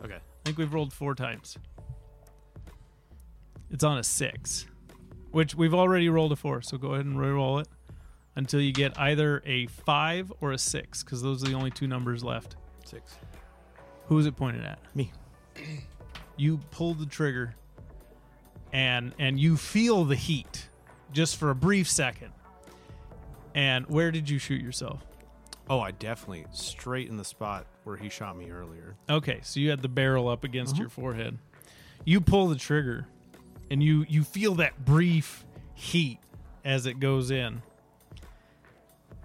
A: Okay.
F: I think we've rolled four times. It's on a six, which we've already rolled a four. So go ahead and re-roll it until you get either a five or a six, because those are the only two numbers left.
A: Six.
F: Who is it pointed at?
A: Me.
F: You pull the trigger, and and you feel the heat, just for a brief second. And where did you shoot yourself?
A: Oh, I definitely straight in the spot where he shot me earlier.
F: Okay, so you had the barrel up against your forehead. You pull the trigger, and you you feel that brief heat as it goes in.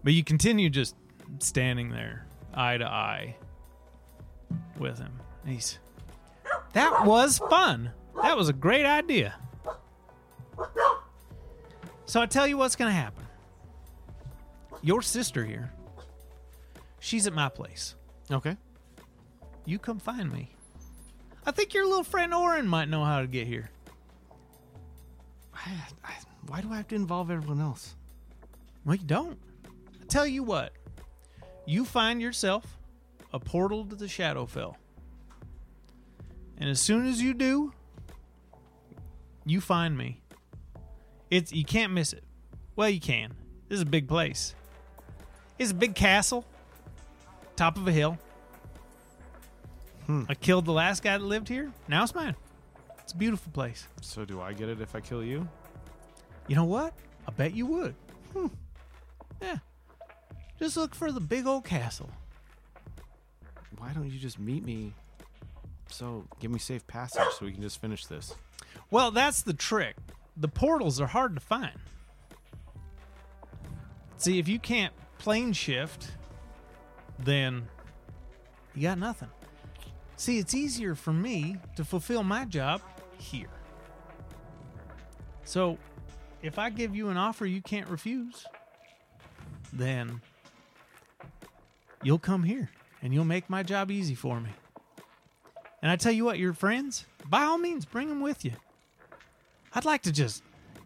F: But you continue just standing there, eye to eye, with him. And he's that was fun. That was a great idea. So I tell you what's gonna happen. Your sister here. She's at my place
A: Okay.
F: you come find me. I think your little friend Oren might know how to get here.
A: I, I, why do I have to involve everyone else?
F: Well, you don't. I tell you what, you find yourself a portal to the Shadowfell. And as soon as you do, you find me. It's you can't miss it. Well, you can. This is a big place. It's a big castle, top of a hill. I killed the last guy that lived here. Now it's mine. It's a beautiful place.
A: So do I get it if I kill you?
F: You know what? I bet you would. Hmm. Yeah. Just look for the big old castle.
A: Why don't you just meet me? So give me safe passage so we can just finish this.
F: Well, that's the trick. The portals are hard to find. See, if you can't plane shift, then you got nothing. See, it's easier for me to fulfill my job here. So, if I give you an offer you can't refuse, then you'll come here and you'll make my job easy for me. And I tell you what, your friends, by all means, bring them with you. I'd like to just,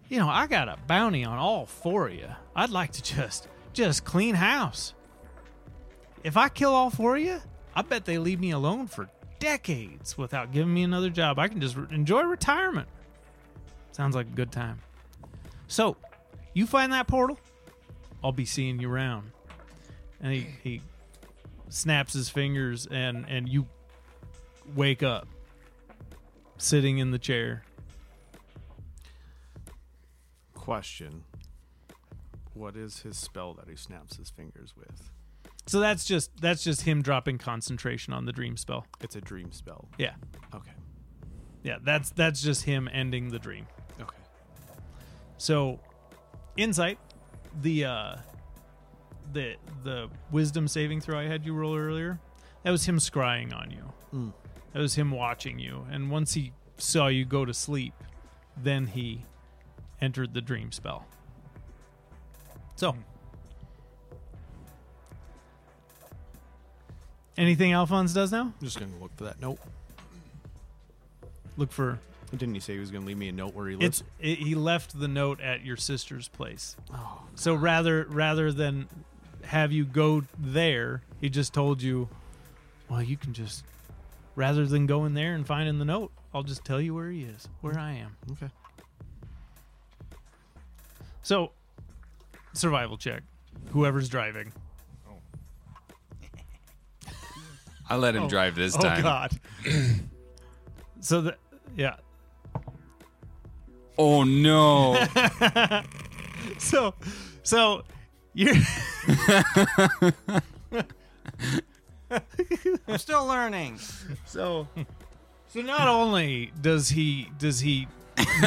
F: you know, I got a bounty on all four of you. I'd like to just, just clean house. If I kill all four of you, I bet they leave me alone for decades without giving me another job. I can just re- enjoy retirement. Sounds like a good time. So, you find that portal, I'll be seeing you around. And he, he snaps his fingers, and, and you wake up sitting in the chair.
A: Question. What is his spell that he snaps his fingers with?
F: So that's just that's just him dropping concentration on the dream spell.
A: It's a dream spell.
F: Yeah.
A: Okay.
F: Yeah, that's that's just him ending the dream. *laughs*
A: Okay.
F: So insight, the uh the the wisdom saving throw I had you roll earlier, that was him scrying on you. That was him watching you. And once he saw you go to sleep, then he entered the dream spell. So Anything Alphonse does now?
A: I'm just gonna look for that note.
F: Look for
A: Didn't you say he was gonna leave me a note where he lives?
F: It's it, he left the note at your sister's place.
A: Oh.
F: So rather rather than have you go there, he just told you, well, you can just rather than going there and finding the note, I'll just tell you where he is, where I am.
A: Okay.
F: So survival check. Whoever's driving.
C: I
D: Oh,
F: Oh,
C: let him drive this time.
F: so the yeah.
C: Oh
D: *laughs*
C: no.
B: So, so you're
G: I'm still learning.
B: so so. Not only does he does he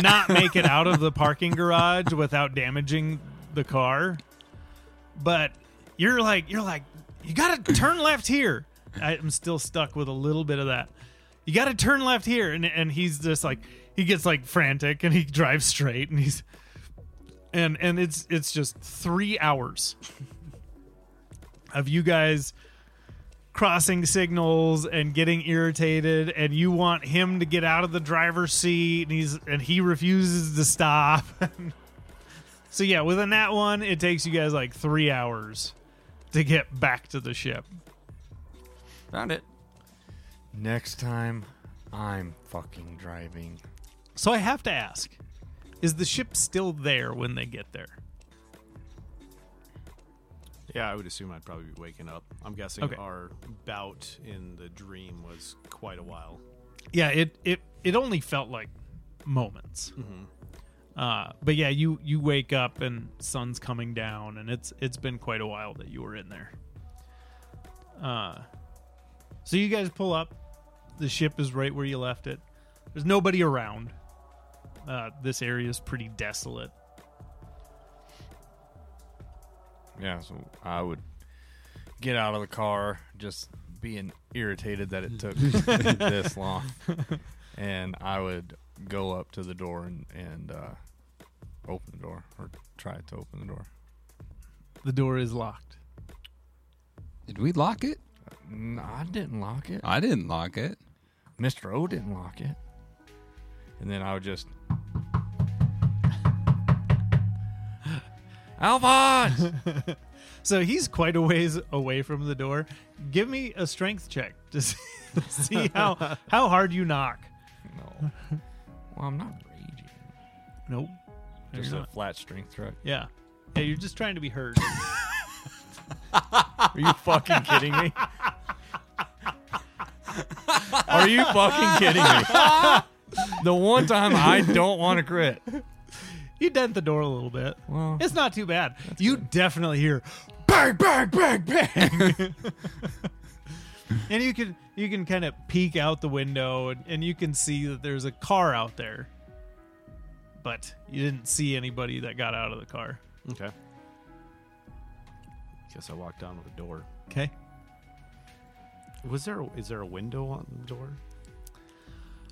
B: not make it out of the parking garage without damaging the car, but you're like you're like you got to turn left here. I'm still stuck with a little bit of that. You got to turn left here, and and he's just like he gets like frantic and he drives straight and he's and and it's it's just three hours of you guys crossing signals and getting irritated and you want him to get out of the driver's seat and he's and he refuses to
F: uh, *laughs*
B: stop so yeah within that one it takes you guys like three hours to get back to the ship
G: Found it.
D: Next time, I'm fucking driving.
B: so i have to ask is the ship still there when they get there
A: Yeah, I would assume I'd probably be waking up. I'm guessing
B: Okay.
A: our bout in the dream was quite a while.
B: yeah it it it only felt like moments Mm-hmm. uh but yeah you you wake up and sun's coming down and it's it's been quite a while that you were in there uh so you guys pull up the ship is right where you left it there's nobody around uh this area is pretty desolate
D: Yeah, so I would get out of the car just being irritated that it took
B: *laughs*
D: this long. And I would go up to the door and, and uh, open the door or try to open the door.
B: the door is locked
C: Did we lock it?
D: No, I didn't lock
B: Uh.
D: it.
C: I didn't lock it.
D: Mr. O didn't lock it. And then I would
B: *gasps*
D: just.
B: *laughs*
D: Alphonse!
B: so he's quite a ways away from the door give me *laughs* a strength check to *laughs* see, to see *laughs* how how hard you knock
D: no. Well, I'm not raging.
B: nope No,
D: Just
B: you're
D: a
B: not.
D: flat strength truck.
B: Yeah. Yeah, you're just trying to be heard.
D: Are you fucking kidding me? Are you fucking kidding me? *laughs* The one time I don't want to crit.
B: you dent the door a little bit.
D: Well,
B: It's not too bad. You definitely hear
D: bang, bang, bang, bang.
B: and you can you can kind of peek out the window and, and you can see that there's a car out there. But you didn't see anybody that got out of the car.
A: Okay. Guess I walked down to the door.
B: Okay.
A: Was there is there a window on the door?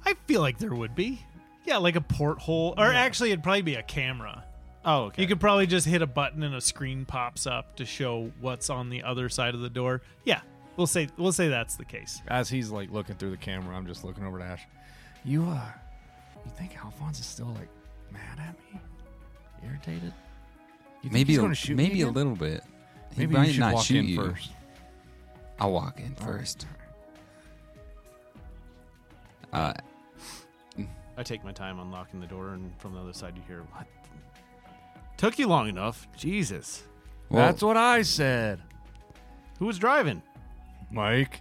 B: I feel like there would be. Yeah, like a porthole. Or actually it'd probably be a camera.
A: Oh, okay.
B: You could probably just hit a button and a screen pops up to show what's on the other side of the door. Yeah. We'll say we'll say that's the case.
D: As he's like looking through the camera, I'm just looking over to Ash. You uh, you think Alphonse is still like mad at me, irritated? You think
C: Maybe
D: he's
C: a,
D: gonna shoot me
C: maybe a
D: again?
C: little bit. He
D: Maybe
C: might
D: you should
C: not
D: walk
C: shoot
D: in
C: you.
D: first.
C: I'll walk in first. Uh,
A: I take my time unlocking the door, and from the other side you hear, "What? Took you long enough? Jesus,
C: well,
D: That's what I said,
A: who was driving?
D: Mike.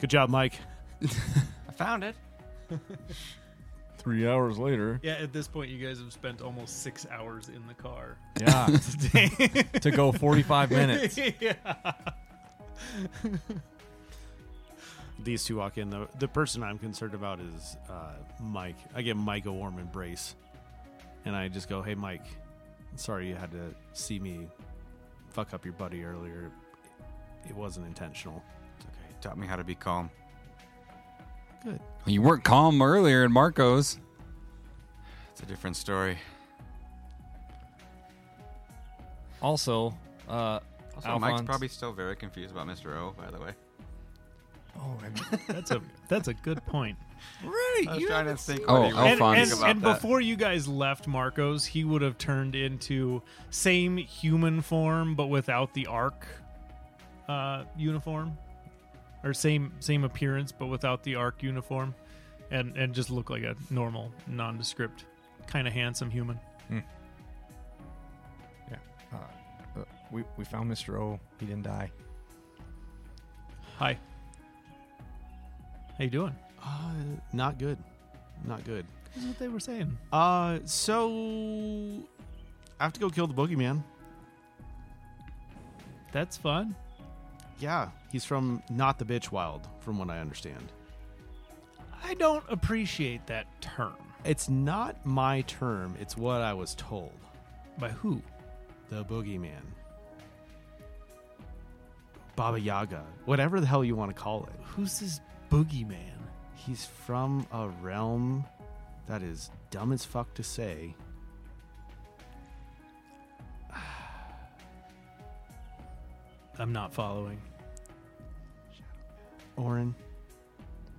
A: Good job, Mike.
G: I found it.
D: Three hours later,
B: Yeah, at this point, you guys have spent almost six hours in the car.
D: *laughs* yeah, to go 45 minutes.
B: *laughs* yeah.
A: These two walk in. The the person I'm concerned about is uh, Mike. I give Mike a warm embrace, and I just go, "Hey, Mike, sorry you had to see me fuck up your buddy earlier. It wasn't intentional."
G: Okay, taught me how to be calm.
C: you weren't calm earlier in Marcos.
G: It's a different story.
D: Also, uh,
G: Also, Mike's
D: Alphonse-
G: probably still very confused about Mr. O, by the way.
D: Oh, I
B: That's a that's a good point.
D: right.
G: I was trying to think
C: Oh,
G: what he was
B: And,
C: Alphonse.
B: and,
G: thinking about
B: and
G: that.
B: before you guys left Marcos, he would have turned into same human form but without the arc uh, uniform, or same same appearance but without the arc uniform, and and just look like a normal, nondescript, kind of handsome human.
D: Uh, we, we found Mr. O. He didn't die.
B: Hi. How you doing?
A: Uh, not good. not good.
B: That's what they were saying.
A: Uh, so I have to go kill the boogeyman.
B: That's fun.
A: Yeah, he's from not the bitch wild, from what I understand.
B: I don't appreciate that term.
A: It's not my term; it's what I was told.
B: By who?
A: The boogeyman, Baba Yaga, whatever the hell you want to call it.
B: Who's this boogeyman?
A: He's from a realm that is dumb as fuck to say.
B: I'm not *laughs* following.
A: Orin,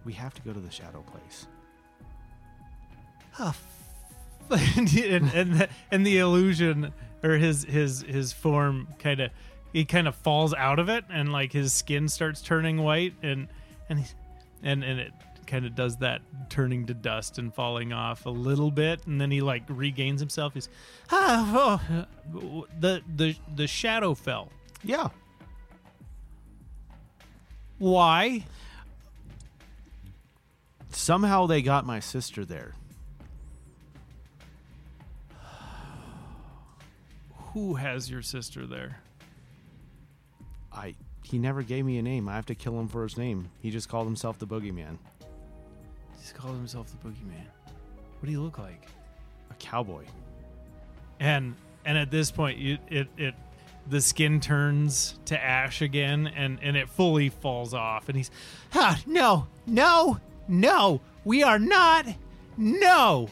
A: we have to go to the shadow place.
B: Oh, f- and and the, and the illusion or his his his form kind of he kind of falls out of it and like his skin starts turning white and and he's, and and it kind of does that turning to dust and falling off a little bit and then he like regains himself he's ah oh, the the the shadow fell
A: Yeah,
B: why
A: somehow they got my sister there.
B: who has your sister there
A: I he never gave me a name. I have to kill him for his name. He just called himself the boogeyman,
B: he's called himself the boogeyman what do you look like
A: a cowboy.
B: and and at this point you, it it the skin turns to ash again and and it fully falls off and he's ah, no no no we are not no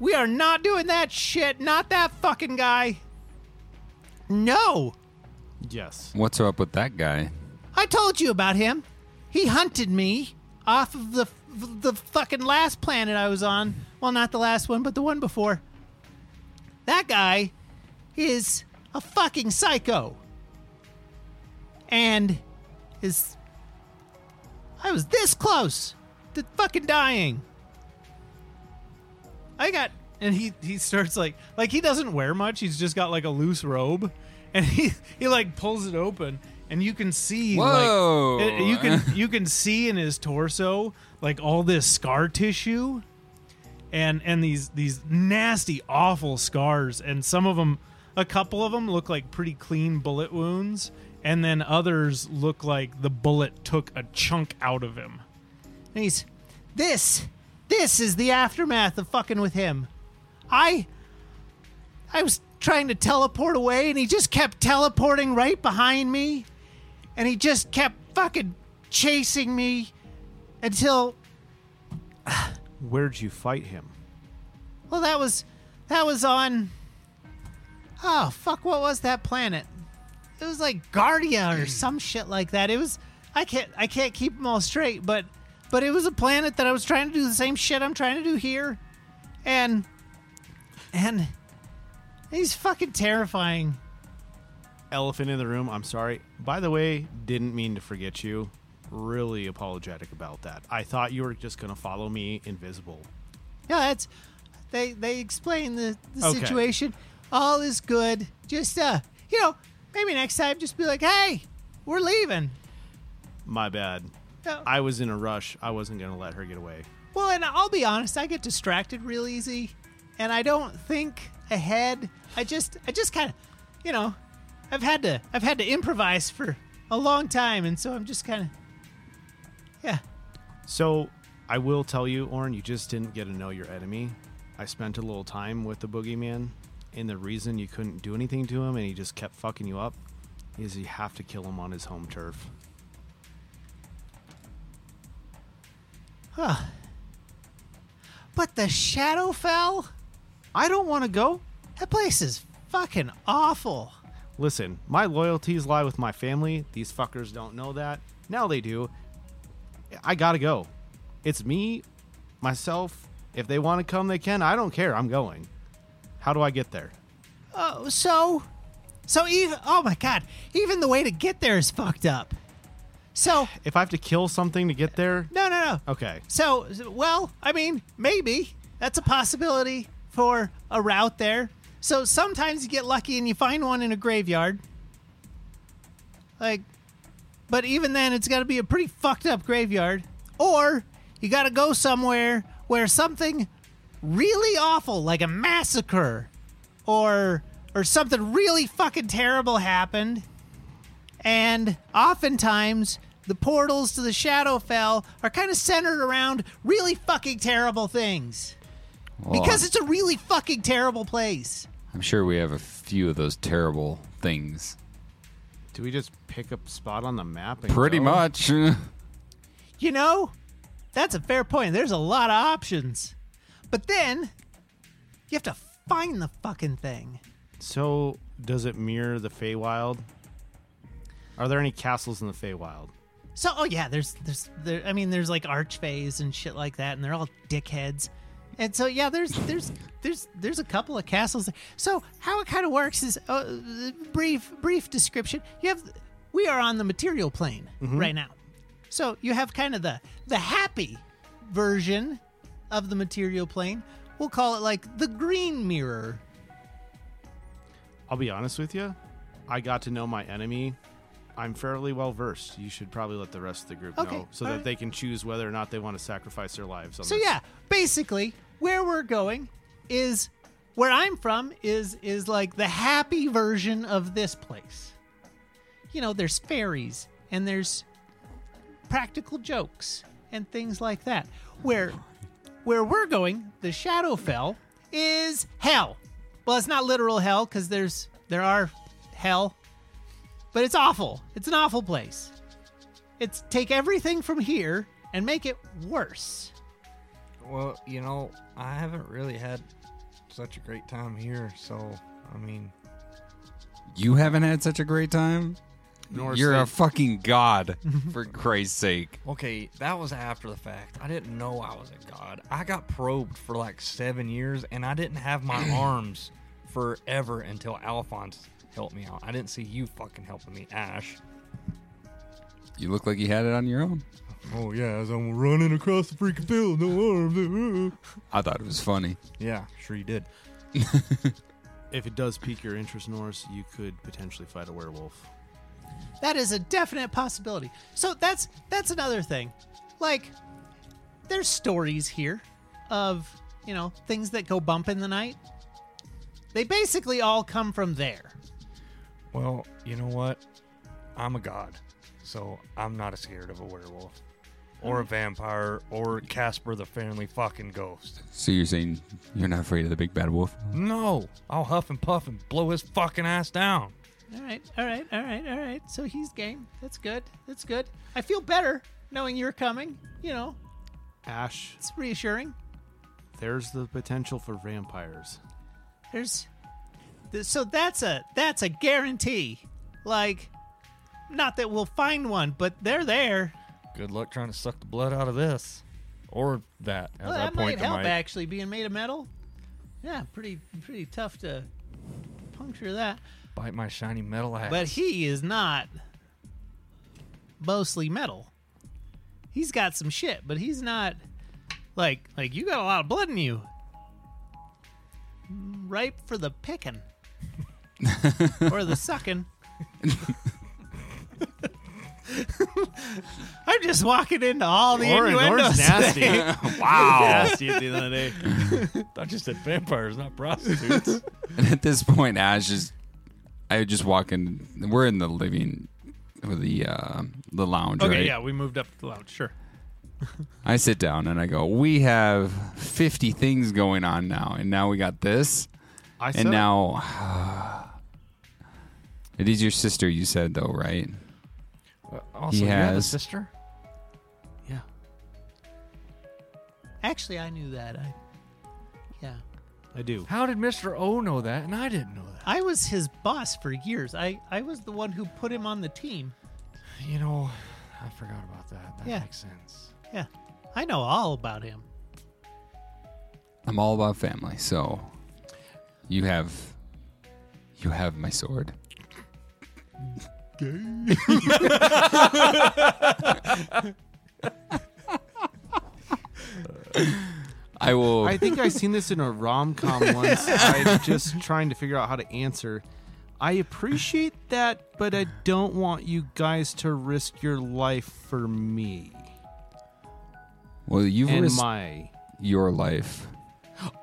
B: we are not doing that shit not that fucking guy no
A: Yes.
C: What's up with that guy?
F: I told you about him. He hunted me off of the the fucking last planet I was on. Well, not the last one, but the one before. That guy is a fucking psycho. And is I was this close to fucking dying.
B: I got and he he starts like like he doesn't wear much. He's just got like a loose robe and he he like pulls it open and you can see
C: Whoa.
B: like it- you can *laughs* you can see in his torso like all this scar tissue and and these these nasty awful scars and some of them a couple of them look like pretty clean bullet wounds and then others look like the bullet took a chunk out of him.
F: And he's this this is the aftermath of fucking with him. I I was trying to teleport away and he just kept teleporting right behind me and he just kept fucking chasing me until
A: Where'd you fight him?
F: well that was that was on Oh fuck what was that planet? It was like Guardia or some shit like that. It was I can't I can't keep them all straight, but but it was a planet that I was trying to do the same shit I'm trying to do here. And and he's fucking terrifying.
A: Elephant in the room. I'm sorry. By the way, didn't mean to forget you. Really apologetic about that. I thought you were just gonna follow me invisible.
F: Yeah, that's they they explain the, the
A: Okay.
F: situation. All is good. Just uh, you know, maybe next time just be like, "Hey, we're leaving."
A: My bad.
F: No.
A: I was in a rush. I wasn't gonna let her get away.
F: Well, and I'll be honest, I get distracted real easy, and I don't think ahead. I just, I just kind of, you know, I've had to, I've had to improvise for a long time, and so I'm just kind of, yeah.
A: So I will tell you, Orin, you just didn't get to know your enemy. I spent a little time with the boogeyman, and the reason you couldn't do anything to him and he just kept fucking you up is you have to kill him on his home turf.
F: But the shadow fell.
A: I don't want to go.
F: That place is fucking awful.
A: Listen, my loyalties lie with my family. These fuckers don't know that. Now they do. I gotta go. It's me, myself. If they want to come, they can. I don't care. I'm going. How do I get there?
F: Oh, so, so even, oh my god, even the way to get there is fucked up. So,
A: If I have to kill something to get there,
F: no, no, no.
A: okay.
F: So, well, I mean, maybe that's a possibility for a route there. So sometimes you get lucky and you find one in a graveyard. Like, but even then, it's got to be a pretty fucked up graveyard. Or you got to go somewhere where something really awful, like a massacre, or or something really fucking terrible happened, and oftentimes the portals to the Shadowfell are kind of centered around really fucking terrible things
C: Well,
F: because it's a really fucking terrible place.
C: I'm sure we have a few of those terrible things.
A: Do we just pick a spot on the map? And
C: Pretty
A: go?
B: *laughs*
C: much.
F: You know, that's a fair point. There's a lot of options. But then you have to find the fucking thing.
A: So, does it mirror the Feywild? Are there any castles in the Feywild?
F: So oh yeah, there's there's there I mean there's like archfays and shit like that and they're all dickheads. And so yeah, there's there's there's there's a couple of castles. So how it kind of works is uh, brief brief description. You have we are on the material plane right now. So you have kind of the the happy version of the material plane. We'll call it like the green mirror.
A: I'll be honest with you. I got to know my enemy. I'm fairly well versed. You should probably let the rest of the group
F: Okay,
A: know so
F: all
A: that
F: right.
A: they can choose whether or not they want to sacrifice their lives. On
F: So
A: this.
F: yeah, basically, where we're going is where I'm from is is like the happy version of this place. You know, there's fairies and there's practical jokes and things like that. Where where we're going, the Shadowfell is hell. Well, it's not literal hell cuz there's there are hell. But it's awful. It's an awful place. It's take everything from here and make it worse.
D: Well, you know, I haven't really had such a great time here, so I mean,
C: you haven't had such a great time? You're a fucking
B: *laughs*
C: god, for Christ's sake.
D: okay, that was after the fact. I didn't know I was a god. I got probed for like seven years, and I didn't have *clears throat* my arms forever until Alphonse helped me out. I didn't see you fucking helping me, Ash.
C: You look like you had it on your own.
D: Oh yeah, as I'm running across the freaking field, no arms. *laughs*
C: I thought it was funny.
D: yeah, sure you did.
A: If it does pique your interest, Norris, you could potentially fight a werewolf.
F: That is a definite possibility. So that's that's another thing. Like there's stories here of, you know, things that go bump in the night. They basically all come from there.
D: Well, you know what? I'm a god, so I'm not as scared of a werewolf, or a vampire, or Casper the Family Fucking Ghost.
C: So you're saying you're not afraid of the big bad wolf? *laughs*
D: No, I'll huff and puff and blow his fucking ass down.
F: All right. All right. All right. All right. So he's game. That's good. That's good. I feel better knowing you're coming. You know,
A: Ash,
F: it's reassuring.
A: there's the potential for vampires.
F: There's th- so that's a that's a guarantee. Like not that we'll find one, but they're there.
D: Good luck trying to suck the blood out of this, or that. As
F: Well,
D: I
F: that
D: point
F: might
D: to
F: help
D: Mike.
F: actually, being made of metal. Yeah, pretty pretty tough to puncture that.
D: Bite my shiny metal ass.
F: But he is not mostly metal. He's got some shit, but he's not like like you got a lot of blood in you. Ripe for the
D: *laughs*
F: picking. or the sucking. *laughs* I'm just walking into all the innuendos.
A: nasty. *laughs*
C: *laughs*
A: wow. Nasty at the end of the day.
D: I just said vampires,
C: *laughs*
D: not prostitutes.
C: And at this point, Ash is. I just walk in. We're in the living, or the uh, the lounge,
B: Okay,
C: right?
B: yeah, we moved up the lounge. Sure.
C: I sit down and I go, "We have fifty things going on now, and now we got this,
A: I
C: and now." *sighs* It is your sister, you said though, right?
D: Uh, also,
C: He
D: you have a
C: has.
D: sister.
A: Yeah.
F: Actually, I knew that. I, yeah,
A: I do.
D: How did Mister O know that, and I didn't know that?
F: I was his boss for years. I I was the one who put him on the team.
D: You know, I forgot about that. That
F: Yeah.
D: makes sense.
F: Yeah, I know all about him.
C: I'm all about family, so you have you have my sword. I will.
A: I think I've seen this in a rom com once. I'm just trying to figure out how to answer. I appreciate that, but I don't want you guys to risk your life for me
C: well, you've
A: and
C: risked
A: my Oh.
C: your life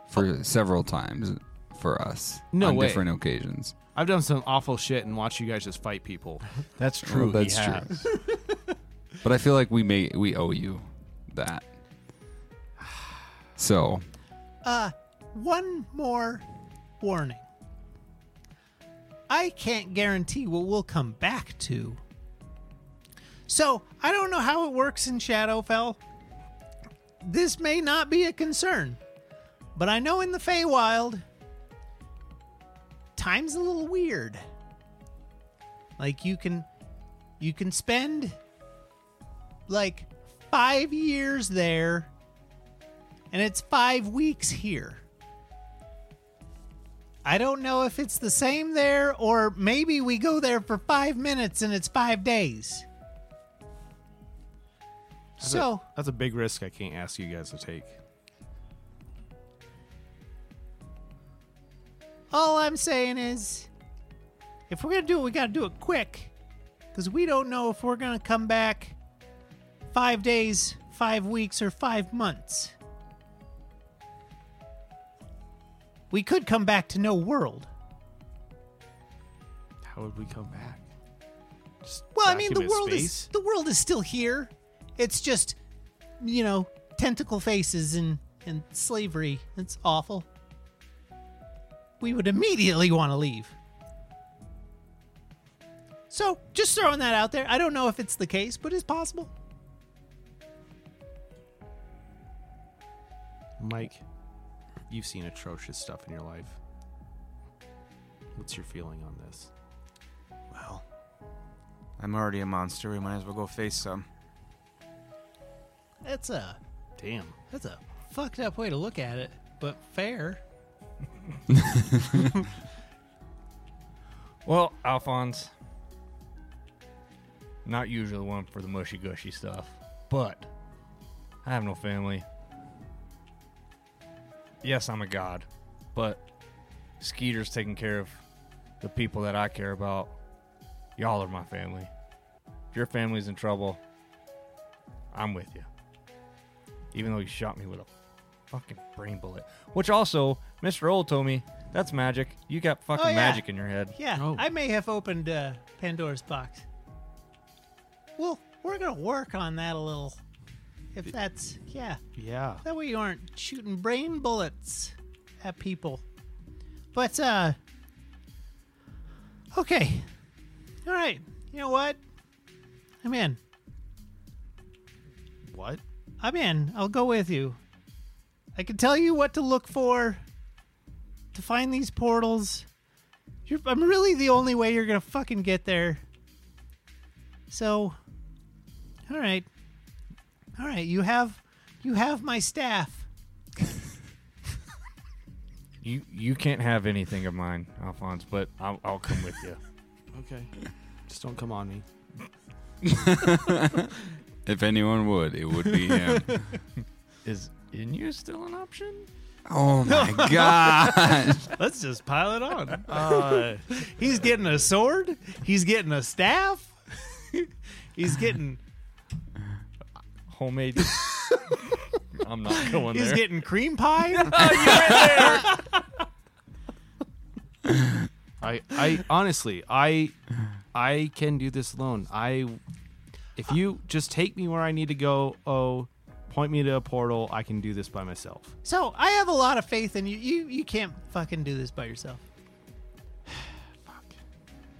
C: for several times for us
A: No
C: on
A: way.
C: different occasions.
A: I've done some awful shit and watched you guys just fight people.
E: That's true.
C: Well, that's true. but I feel like we may we owe you that. So
F: One more warning. I can't guarantee what we'll come back to. So, I don't know how it works in Shadowfell. This may not be a concern, but I know in the Feywild, time's a little weird. Like you can you can spend like 5 years there and it's 5 weeks here. I don't know if it's the same there, or maybe we go there for five minutes and it's five days. So,
A: That's a big risk I can't ask you guys to take.
F: all I'm saying is if we're going to do it, we got to do it quick because we don't know if we're going to come back five days, five weeks, or five months. We could come back to no world.
A: How would we come back? Just
F: Well, I
A: back
F: mean, the
A: into
F: world
A: space?
F: is the world is still here. It's just, you know, tentacle faces and and slavery. It's awful. We would immediately want to leave. So, just throwing that out there. I don't know if it's the case, but it's possible.
A: Mike, you've seen atrocious stuff in your life. What's your feeling on this?
G: Well, I'm already a monster. We might as well go face some.
F: That's a
A: Damn.
F: that's a fucked up way to look at it, but fair.
D: Well, Alphonse, not usually the one for the mushy gushy stuff, but I have no family. Yes, I'm a god, but Skeeter's taking care of the people that I care about. Y'all are my family. If your family's in trouble, I'm with you. Even though you shot me with a fucking brain bullet. Which also, Mr. Old told me that's magic. You got fucking
F: Oh, yeah.
D: magic in your head.
F: Yeah,
A: Oh.
F: I may have opened uh, Pandora's box. Well, we're gonna work on that a little. If that's yeah.
A: Yeah.
F: That way you aren't shooting brain bullets at people. But, uh. Okay. Alright. You know what? I'm in.
A: What?
F: I'm in. I'll go with you. I can tell you what to look for to find these portals. You're, I'm really the only way you're gonna fucking get there. So, all right, all right. You have, you have my staff.
D: You you can't have anything of mine, Alphonse, but I'll, I'll come with you.
A: Okay. Just don't come on me.
C: if anyone would, it would be him.
D: *laughs*
C: *laughs*
D: Is in you still an option?
C: oh my
F: *laughs*
C: god.
B: Let's just pile it on. Uh, he's getting a sword. He's getting a
F: *laughs*
B: staff. he's getting
D: Homemade. *laughs* I'm not going
B: he's
D: there.
B: getting cream pie. *laughs*
A: I, I honestly, I, I can do this alone. I, if you just take me where I need to go, oh, point me to a portal, I can do this by myself.
F: So I have a lot of faith in you. You you can't fucking do this by yourself.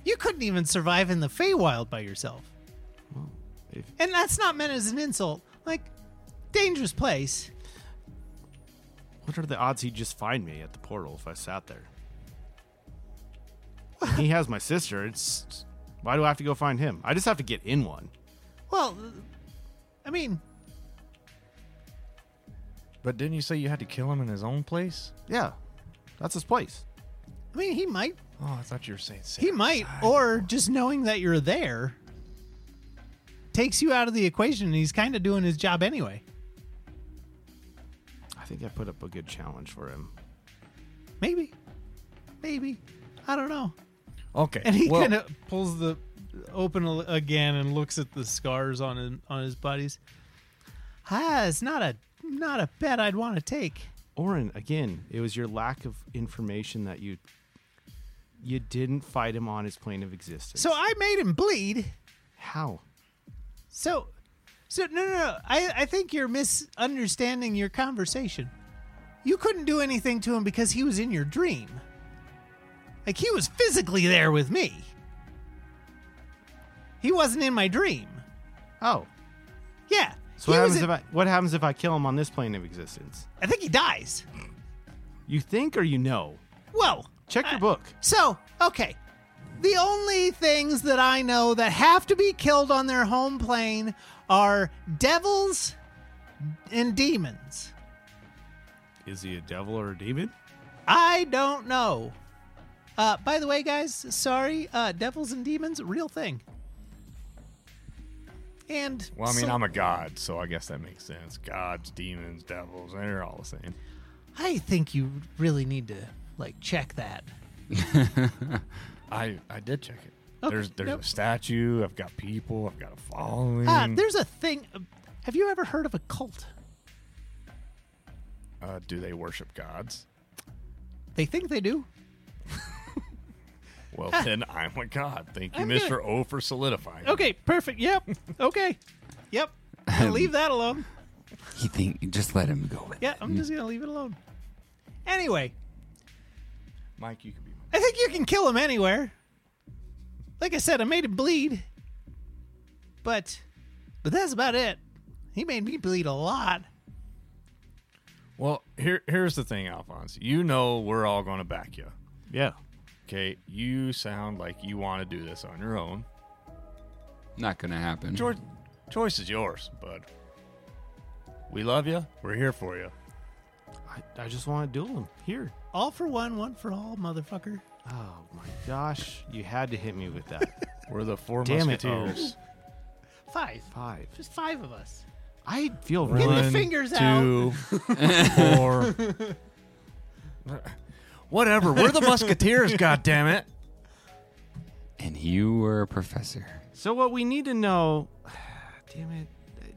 F: You couldn't even survive in the Feywild by yourself.
A: if-
F: and that's not meant as an insult. Like, dangerous place.
A: What are the odds he'd just find me at the portal if I sat there? he has my sister. It's why do I have to go find him? I just have to get in one.
F: Well, I mean,
D: But didn't you say you had to kill him in his own place?
A: Yeah, that's his place.
F: I mean, he might,
D: Oh, I thought you were saying.
F: he might, or just knowing that you're there takes you out of the equation, and he's kind of doing his job anyway.
A: I think I put up a good challenge for him.
F: Maybe, maybe, I don't know.
D: Okay.
B: And he
D: well,
B: kind of pulls the open a- again and looks at the scars on him, on his bodies.
F: Ah, it's not a Not a bet I'd want to take.
A: Orin, again, it was your lack of information that you you didn't fight him on his plane of existence.
F: So I made him bleed.
A: how?
F: So, so no, no, no. I, I think you're misunderstanding your conversation. You couldn't do anything to him because he was in your dream. Like he was physically there with me. He wasn't in my dream.
A: Oh.
F: Yeah.
A: So
F: he
A: what
F: was
A: happens
F: in-
A: if I what happens if I kill him on this plane of existence?
F: I think he dies.
A: You think or you know?
F: Well,
A: Check your book.
F: So, okay. The only things that I know that have to be killed on their home plane are devils and demons.
A: Is he a devil or a demon?
F: I don't know. Uh, by the way, guys, sorry, uh, devils and demons, real thing. And
D: Well, I mean,
F: so-
D: I'm a god, so I guess that makes sense. Gods, demons, devils, they're all the same.
F: I think you really need to like check that.
D: I I did check it.
F: Okay,
D: there's there's
F: nope.
D: a statue. I've got people. I've got a following.
F: Ah, there's a thing. Have you ever heard of a cult?
D: uh, do they worship gods?
F: They think they do.
D: Well, then I'm a god. Thank you,
F: I'm
D: mister O, for solidifying.
F: Okay, perfect. Yep. Okay. Yep. I'll
D: Um,
F: leave that alone.
C: He think just let him go with
F: Yeah, I'm just gonna leave it alone. Anyway,
D: Mike, you could be. my-
F: I think you can kill him anywhere. Like I said, I made him bleed. But but that's about it. He made me bleed a lot.
D: Well, here here's the thing, Alphonse. You know we're all going to back you.
A: Yeah.
D: Okay, you sound like you want to do this on your own.
C: Not gonna happen.
D: George, choice is yours, bud. We love you. We're here for you.
A: I, I just want to duel him. Here.
F: All for one, one for all, motherfucker.
A: Oh my gosh. You had to hit me with that. *laughs*
D: We're the four
A: Damn it,
D: musketeers.
F: Five.
A: Five.
F: Just five of us.
A: I feel
F: Give me
A: really
F: the *laughs* fingers out.
D: Two, four. *laughs* Whatever. We're the musketeers. *laughs* God damn it.
C: And you were a professor.
A: So what we need to know *sighs* damn it.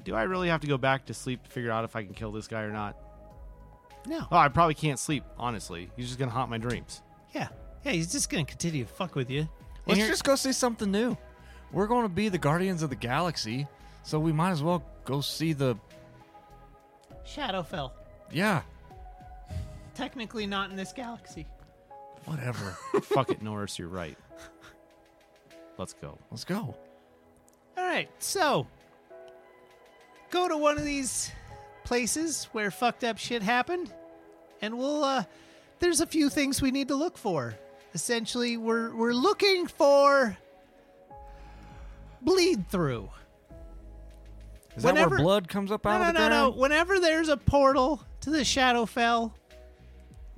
A: Do I really have to go back to sleep to figure out if I can kill this guy or not?
F: No.
A: Oh, I probably can't sleep, honestly. He's just gonna haunt my dreams.
F: Yeah. Yeah, he's just gonna continue to fuck with you.
D: Let's
F: you're-
D: just go see something new. We're going to be the guardians of the galaxy, so we might as well go see the.
F: Shadowfell.
D: Yeah.
F: Technically not in this galaxy. *laughs*
D: Whatever.
A: Fuck it, Norris, you're right. Let's go.
D: Let's go.
F: All right, so go to one of these places where fucked up shit happened, and we'll. Uh, there's a few things we need to look for. Essentially, we're we're looking for bleed through.
D: Is that
F: Whenever-
D: where blood comes up
F: No,
D: out
F: no,
D: of the
F: no, no.
D: ground?
F: Whenever there's a portal to the Shadowfell,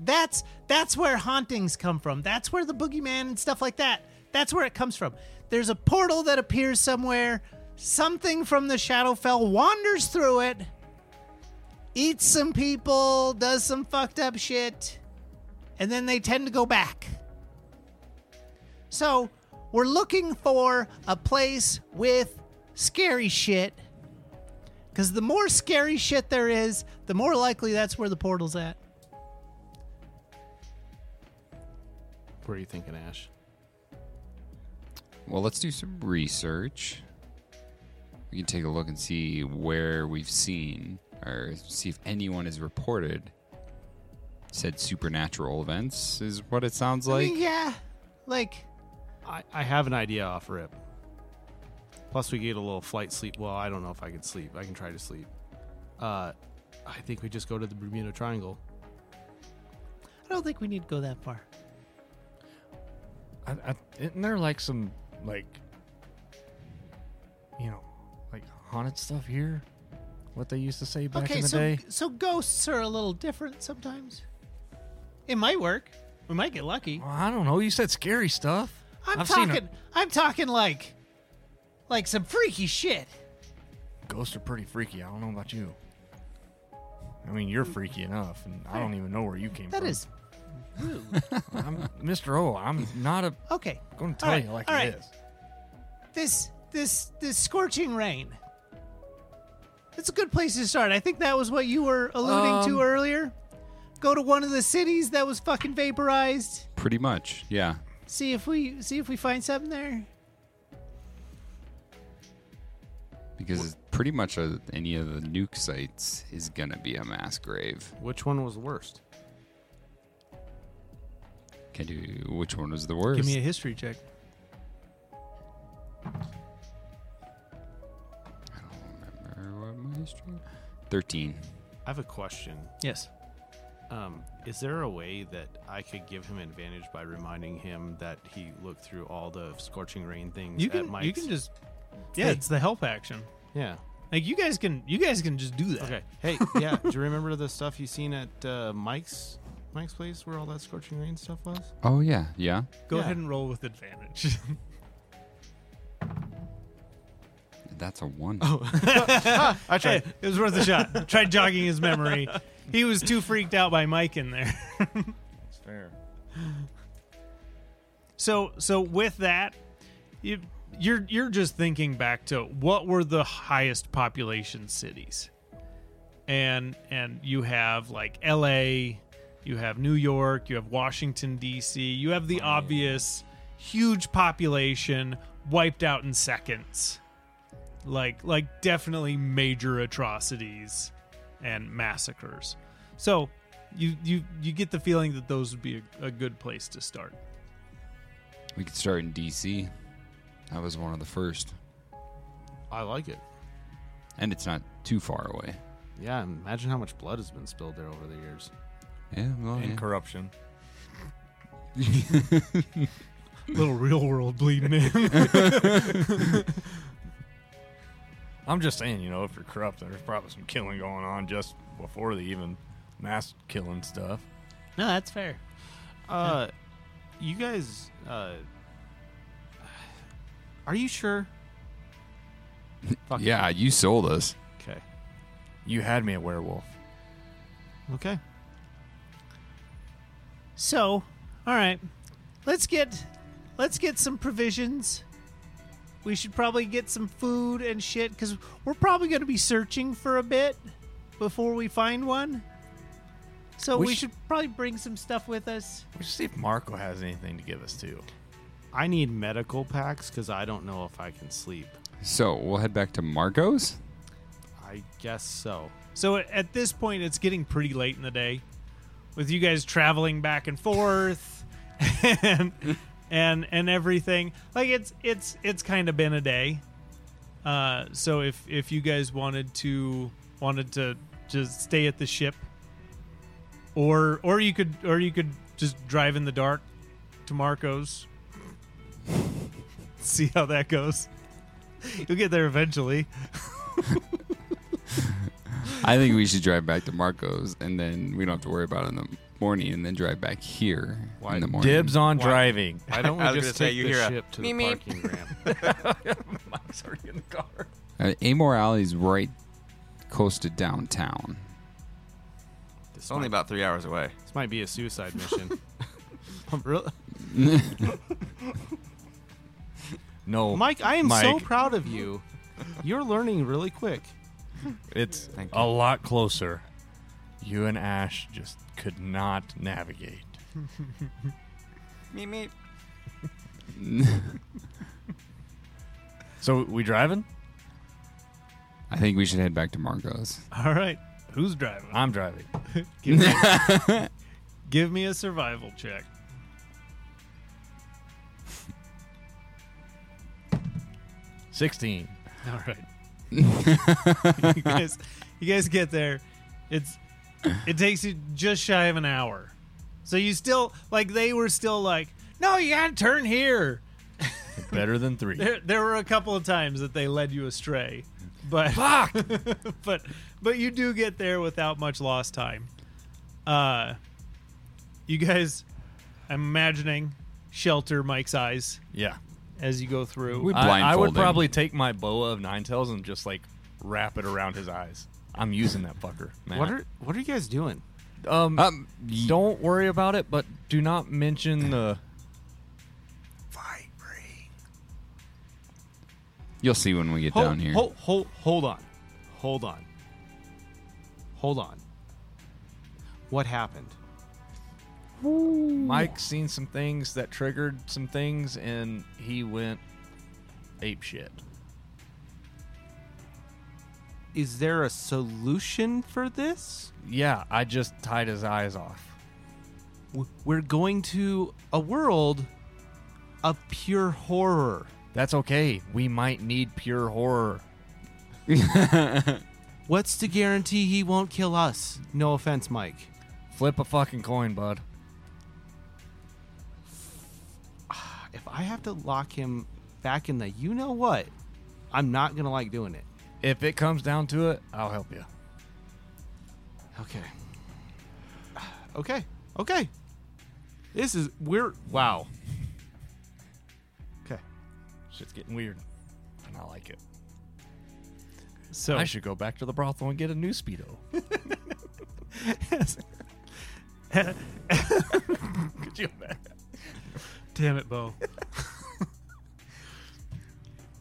F: that's that's where hauntings come from. That's where the boogeyman and stuff like that. That's where it comes from. There's a portal that appears somewhere. Something from the Shadowfell wanders through it, eats some people, does some fucked up shit, and then they tend to go back. So, we're looking for a place with scary shit because the more scary shit there is, the more likely that's where the portal's at.
A: What are you thinking, Ash?
C: Well, let's do some research. We can take a look and see where we've seen or see if anyone has reported said supernatural events is what it sounds
F: I
C: like.
F: mean, yeah, like
A: I, I have an idea off rip. Plus, we get a little flight sleep. Well, I don't know if I can sleep. I can try to sleep. Uh, I think we just go to the Bermuda Triangle.
F: I don't think we need to go that far.
D: I, I, isn't there like some like you know like haunted stuff here? What they used to say back
F: okay,
D: in the
F: so
D: day.
F: so ghosts are a little different sometimes. It might work. We might get lucky.
D: Well, I don't know. You said scary stuff.
F: I'm
D: I've seen
F: talking. I'm talking like, like some freaky shit.
D: Ghosts are pretty freaky. I don't know about you. I mean, you're freaky enough, and I don't even know where you came
F: That
D: from.
F: is rude.
D: I'm Mr. O. I'm not a
F: okay.
D: going to
F: All
D: tell
F: right,
D: you like
F: all
D: it
F: right.
D: is.
F: This this this scorching rain. That's a good place to start. I think that was what you were alluding to
D: Um,
F: earlier. Go to one of the cities that was fucking vaporized.
C: Pretty much, yeah.
F: See if we see if we find something there.
C: Because it's pretty much a, any of the nuke sites is going to be a mass grave.
A: Which one was the worst?
C: Can do which one was the worst?
B: Give me a history check.
C: I don't remember what my history. Thirteen.
A: I have a question.
B: Yes.
A: Um, is there a way that I could give him advantage by reminding him that he looked through all the scorching rain things
B: You
A: at
B: can
A: Mike's?
B: you can just Yeah,
A: Hey.
B: it's the help action.
A: yeah.
B: Like you guys can you guys can just do that.
A: Okay. Hey, yeah. do you remember the stuff you seen at uh, Mike's Mike's place where all that scorching rain stuff was?
C: Oh yeah, yeah.
B: Go
A: Yeah.
B: ahead and roll with advantage.
C: That's a one.
D: Oh.
A: I tried.
B: it was worth a shot. Tried jogging his memory. He was too freaked out by Mike in there.
D: That's fair.
B: So so with that, you you're you're just thinking back to what were the highest population cities. And and you have like LA, you have New York, you have Washington DC, you have the obvious huge population wiped out in seconds. Like like definitely major atrocities and massacres. So you you you get the feeling that those would be a, a good place to *laughs* start.
C: we could start in DC. That was one of the first,
A: I like it.
C: and it's not too far away.
A: Yeah. Imagine how much blood has been spilled there over the years.
C: Yeah, well,
D: And
C: yeah.
D: corruption.
B: little real world bleeding in.
D: I'm just saying, you know, if you're corrupt, there's probably some killing going on just before the even mass killing stuff.
F: No, that's fair.
A: Uh, you guys, uh, *sighs* are you *laughs* sure? Fuck.
C: yeah. You sold us.
A: Okay.
D: You had me at werewolf.
A: Okay.
F: So, all right, let's get let's get some provisions. We should probably get some food and shit because we're probably going to be searching for a bit before we find one. So
D: We
F: we
D: sh-
F: should probably bring some stuff with us.
D: We should see if Marco has anything to give us too.
A: I need medical packs because I don't know if I can sleep.
C: So we'll head back to Marco's.
A: I
G: *laughs*
A: guess so.
B: so at- at this point, it's getting pretty late in the day, with you guys traveling back and forth, and and and everything. Like it's it's it's kind of been a day. Uh, so if if you guys wanted to wanted to just stay at the ship, or or you could or you could just drive in the dark to Marco's. *laughs* See how that goes. You'll get there eventually.
C: I think we should drive back to Marco's, and then we don't have to worry about it in the morning, and then drive back here in the morning.
D: Dibs on driving.
A: Why don't we
G: I was
A: just
G: gonna say,
A: take
G: you
A: the
G: hear a
A: ship to the
H: meep, meep.
A: parking ramp?
D: Mike's already in the car.
C: Uh, Amor Alley's right close to downtown.
A: This,
G: It's only
A: might,
G: about three hours away.
A: this might be a suicide mission. *laughs* I'm real-
D: No,
G: Oh,
A: Mike, I am so
D: Mike.
A: proud of you. You're learning really quick.
D: it's
G: Thank
D: a lot closer. You and Ash just could not navigate.
H: Me, me.
D: So we driving?
C: I think we should head back to Marco's.
B: All right, *laughs* who's driving?
D: I'm driving.
B: *laughs* Give me, give me a survival check.
D: Sixteen.
B: All right. you guys, you guys get there. It's it takes you just shy of an hour. So you still like they were still like, no, you gotta turn here.
D: Better than *laughs* three.
B: There, there were a couple of times that they led you astray, but *laughs* but but you do get there without much lost time. Uh, you guys, I'm imagining shelter Mike's eyes
D: yeah.
B: as you go through.
C: We
D: I, I would
C: blindfold him.
D: probably take my boa of nine tails and just like wrap it around his eyes. I'm using that fucker. Man.
A: What are What are you guys doing?
D: um,
C: Um, y-
D: Don't worry about it, but do not mention the.
C: You'll see when we get down here.
A: Hold, hold, hold on, hold on. Hold on. What happened?
D: Mike seen some things that triggered some things, and he went ape shit.
A: Is there a solution for this?
D: Yeah, I just tied his eyes off.
A: W- We're going to a world of pure horror.
D: That's okay. We might need pure horror.
A: What's to guarantee he won't kill us? No offense, Mike.
D: Flip a fucking coin, bud.
A: If I have to lock him back in the you know what, I'm not going to like doing it.
D: If it comes down to it, I'll help you.
A: Okay. Okay. Okay. This is we're wow. Okay.
D: Shit's getting weird, and I like it.
F: So
D: I should go back to the brothel and get a new speedo. Could you imagine?
F: Damn
D: *laughs*
F: it, Bo.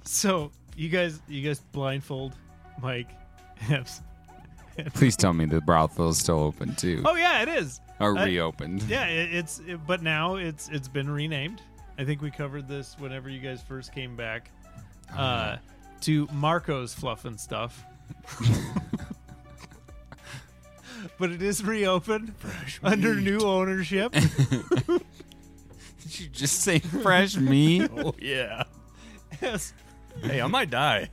F: so you guys, you guys blindfold Mike. Hips.
C: Please tell me the brothel is still open too,
F: Oh yeah, it is.
C: or
F: I-
C: reopened.
F: Yeah, it, it's it, but now it's it's been renamed. I think we covered this whenever you guys first came back
D: Oh,
F: uh, to Marco's Fluff
D: *laughs*
F: and Stuff. but it is reopened *laughs* under new ownership.
C: Did *laughs* you just say fresh meat? *laughs*
D: Oh yeah.
F: yes,
D: *laughs* Hey, I might die.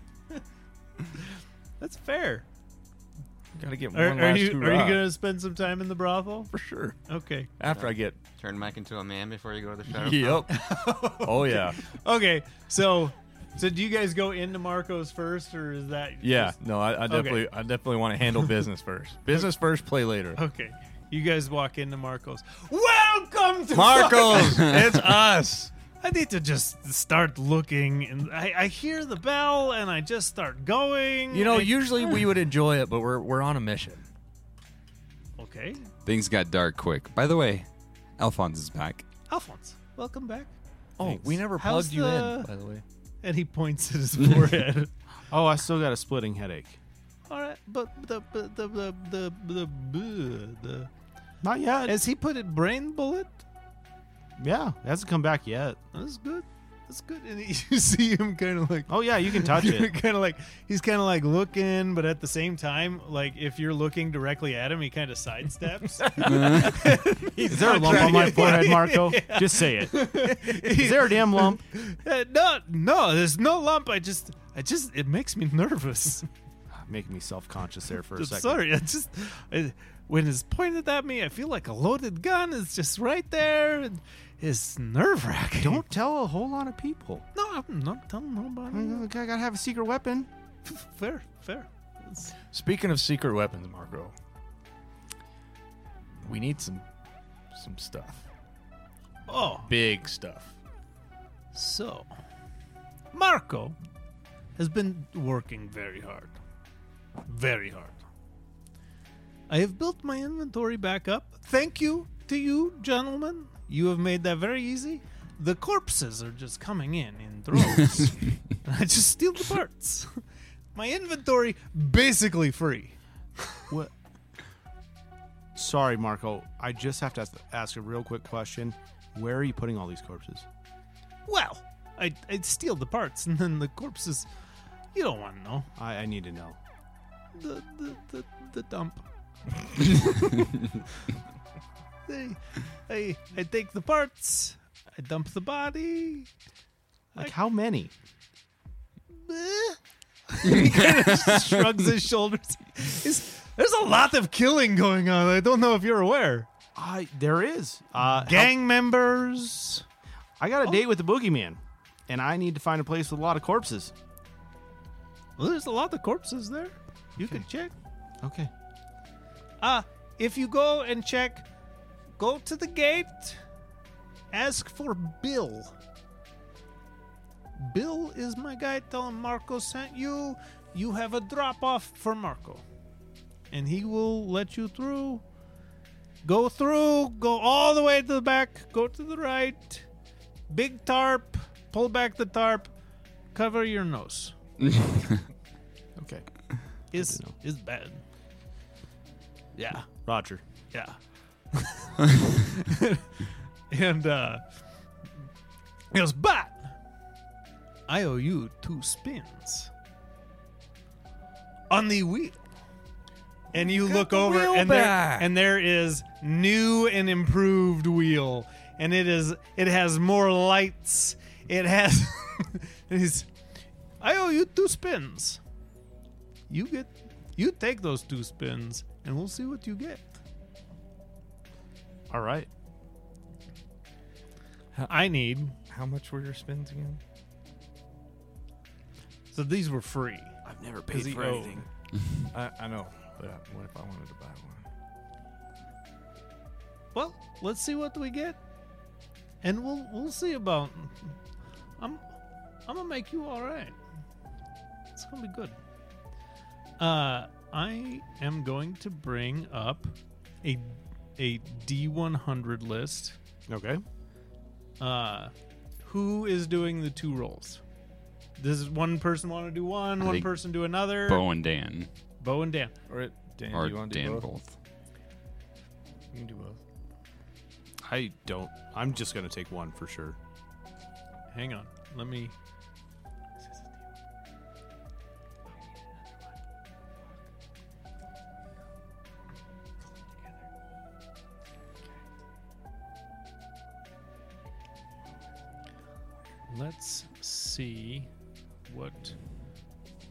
F: that's fair.
D: Gotta get one
F: Are, are
D: last
F: you are you
D: hoorah.
F: gonna spend some time in the brothel?
D: for sure?
F: Okay.
D: After I get
H: Turn Mike into a man before you go
B: *laughs*
H: to the shower.
F: *laughs*
D: yep. oh yeah,
F: Okay, so so do you guys go into Marco's first, or is that
D: yeah.
F: just-
D: No, I, I definitely, I definitely want to handle business first. Business first, play later.
F: okay, you guys walk into Marco's. Welcome to
D: Marcos, *laughs* it's us.
F: I need to just start looking, and I, I hear the bell, and I just start going.
D: You know,
F: I-
D: usually we would enjoy it, but we're we're on a mission.
F: okay,
C: Things got dark quick. By the way, Alphonse is back.
F: Alphonse, welcome back.
D: Oh, we never
F: How's
D: plugged you in,
F: the-
D: by the way.
F: And he points at *laughs* his forehead.
A: Oh, I still got a splitting headache.
F: All right, but the but the the the the, the, the
A: Not yet.
F: as he put it, brain bullet.
A: yeah, it hasn't come back yet.
F: That's good. That's good. And *laughs* you see him kind of like
A: Oh yeah, you can *laughs* touch it.
F: kind of like he's kind of like looking, but at the same time, like if you're looking directly at him, he kind of *laughs* sidesteps.
A: Is there a lump on my forehead, *laughs* Marco? Just say it. Is there a damn lump?
F: Uh, no, no, there's no lump. I just, I just, it makes me nervous.
A: Making me self-conscious there *laughs* for a
F: I'm
A: second.
F: sorry. I just, I, when it's pointed at me, I feel like a loaded gun is just right there, and it's nerve wracking.
A: Don't tell a whole lot of people.
F: no, I'm not telling
A: I
F: nobody.
A: I gotta have a secret weapon.
F: Fair, fair.
D: Speaking of secret weapons, Marco, we need some some stuff,
F: Oh,
D: big stuff.
F: so Marco has been working very hard, very hard. I have built my inventory back up. Thank you to you, gentlemen. You have made that very easy. The corpses are just coming in in droves. I just steal the parts. *laughs* My inventory basically free.
A: What? Sorry, Marco. I just have to ask, ask a real quick question. Where are you putting all these corpses?
F: Well, I I steal the parts and then the corpses. You don't want to know
A: I, I need to know.
F: the the the, the dump. I, I I take the parts. I dump the body. *laughs*
A: Like how many?
F: Eh. he kind of shrugs his shoulders. He's- there's a lot of killing going on. I don't know if you're aware.
A: I there is. Uh,
F: Gang members.
A: I got a date with the boogeyman, and I need to find a place with a lot of corpses.
F: Well, there's a lot of corpses there. You can check.
A: Okay.
F: Uh, if you go and check, go to the gate, ask for Bill. Bill is my guy. Tell him Marco sent you. You have a drop off for Marco. And he will let you through. Go through, go all the way to the back, go to the right. Big tarp, pull back the tarp, cover your nose.
A: Okay.
F: It's, it's bad. Yeah.
A: Roger.
F: Yeah.
D: *laughs*
F: and uh, he goes, but I owe you two spins on the wheel. And you look over,
D: wheel
F: and there,
D: back.
F: and there is new and improved wheel, and it is it has more lights. It has. *laughs* and he's, I owe you two spins. You get, you take those two spins, and we'll see what you get.
A: All right.
F: I need.
D: How much were your spins again?
F: So these were free.
I: I've never
F: he
I: paid for
A: oh,
F: owed.
I: anything.
D: I, I know, but I- what if I wanted to buy one?
F: Well, let's see what we get, and we'll we'll see about. I'm I'm gonna make you all right. It's gonna be good. Uh, I am going to bring up a a D100 list.
A: Okay.
F: Uh, who is doing the two rolls? Does one person want to do one? one
C: think
F: person do another?
C: Bo and Dan.
F: Bo and Dan.
D: Or it, Dan,
C: Or
D: do you want to do
C: Dan
D: both?
C: both.
D: You can do both.
A: I don't. I'm just going to take one for sure.
F: Hang on. Let me. Let's see what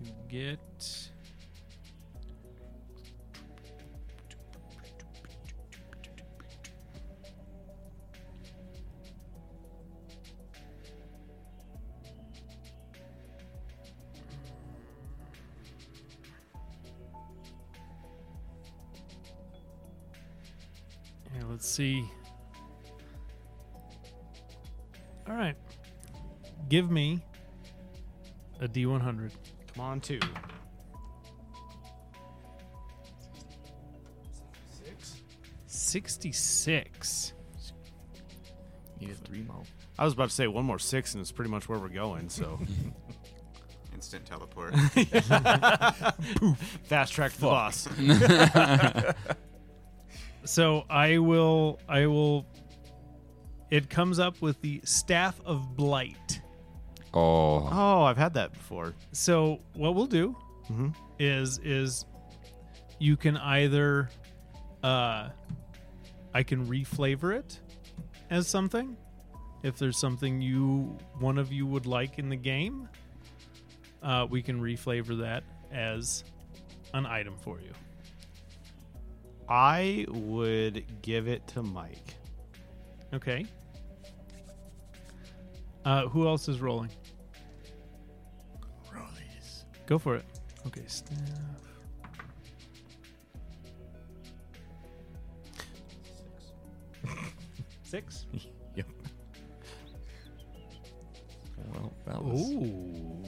F: you get. Yeah, let's see. All right. Give me a D100.
A: Come on, two. Six.
F: 66.
D: You get three more.
A: I was about to say one more six, and it's pretty much where we're going. *laughs* So
B: *laughs*
H: Instant teleport.
A: fast track to the boss.
F: *laughs*
A: *laughs*
F: So I will I will it comes up with the staff of blight.
C: Oh,
A: Oh, I've had that before.
F: So what we'll do
A: Mhm.
F: is is you can either uh I can reflavor it as something if there's something you one of you would like in the game uh we can reflavor that as an item for you.
A: I would give it to Mike.
F: Okay. Uh, who else is rolling?
D: Rollies.
F: Go for it.
D: Okay, staff.
F: Six.
D: Yep. Well, that was.
F: Ooh.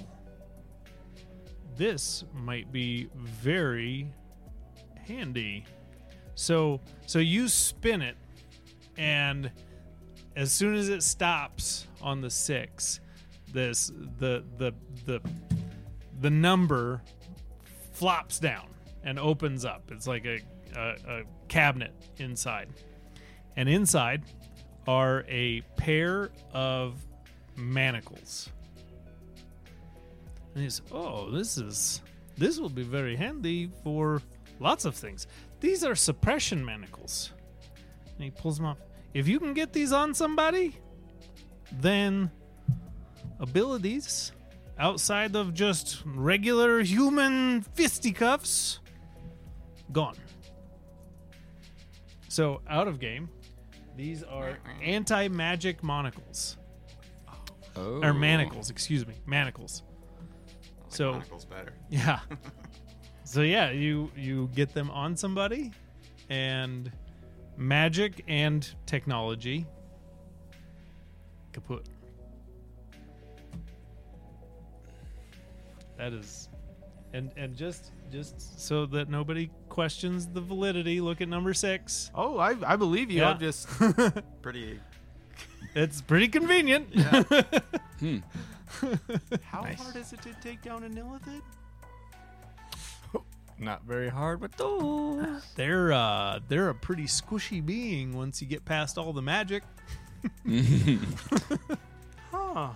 F: This might be very handy. So, so you spin it, and as soon as it stops on the six, this the the the the number flops down and opens up. It's like a, a, a cabinet inside. And inside are a pair of manacles. And he's, oh, this is, this will be very handy for lots of things. These are suppression manacles. And he pulls them off. If you can get these on somebody, then abilities outside of just regular human fisticuffs gone. So, out of game, these are anti magic monocles.
C: oh.
D: *laughs*
F: Or manacles, excuse me. Manacles. *laughs* So-
H: Chronicles better.
F: Yeah. so yeah, you you get them on somebody and magic and technology kaput. That is and and just just so that nobody questions the validity, look at number 6.
A: Oh, I, I believe you.
F: Yeah.
I: *laughs*
A: I'm just
H: Pretty.
F: It's pretty convenient.
A: how
D: Nice.
A: hard is it to take down a Nilithid?
D: Not very hard with those.
B: They're uh, they're a pretty squishy being once you get past all the magic. huh.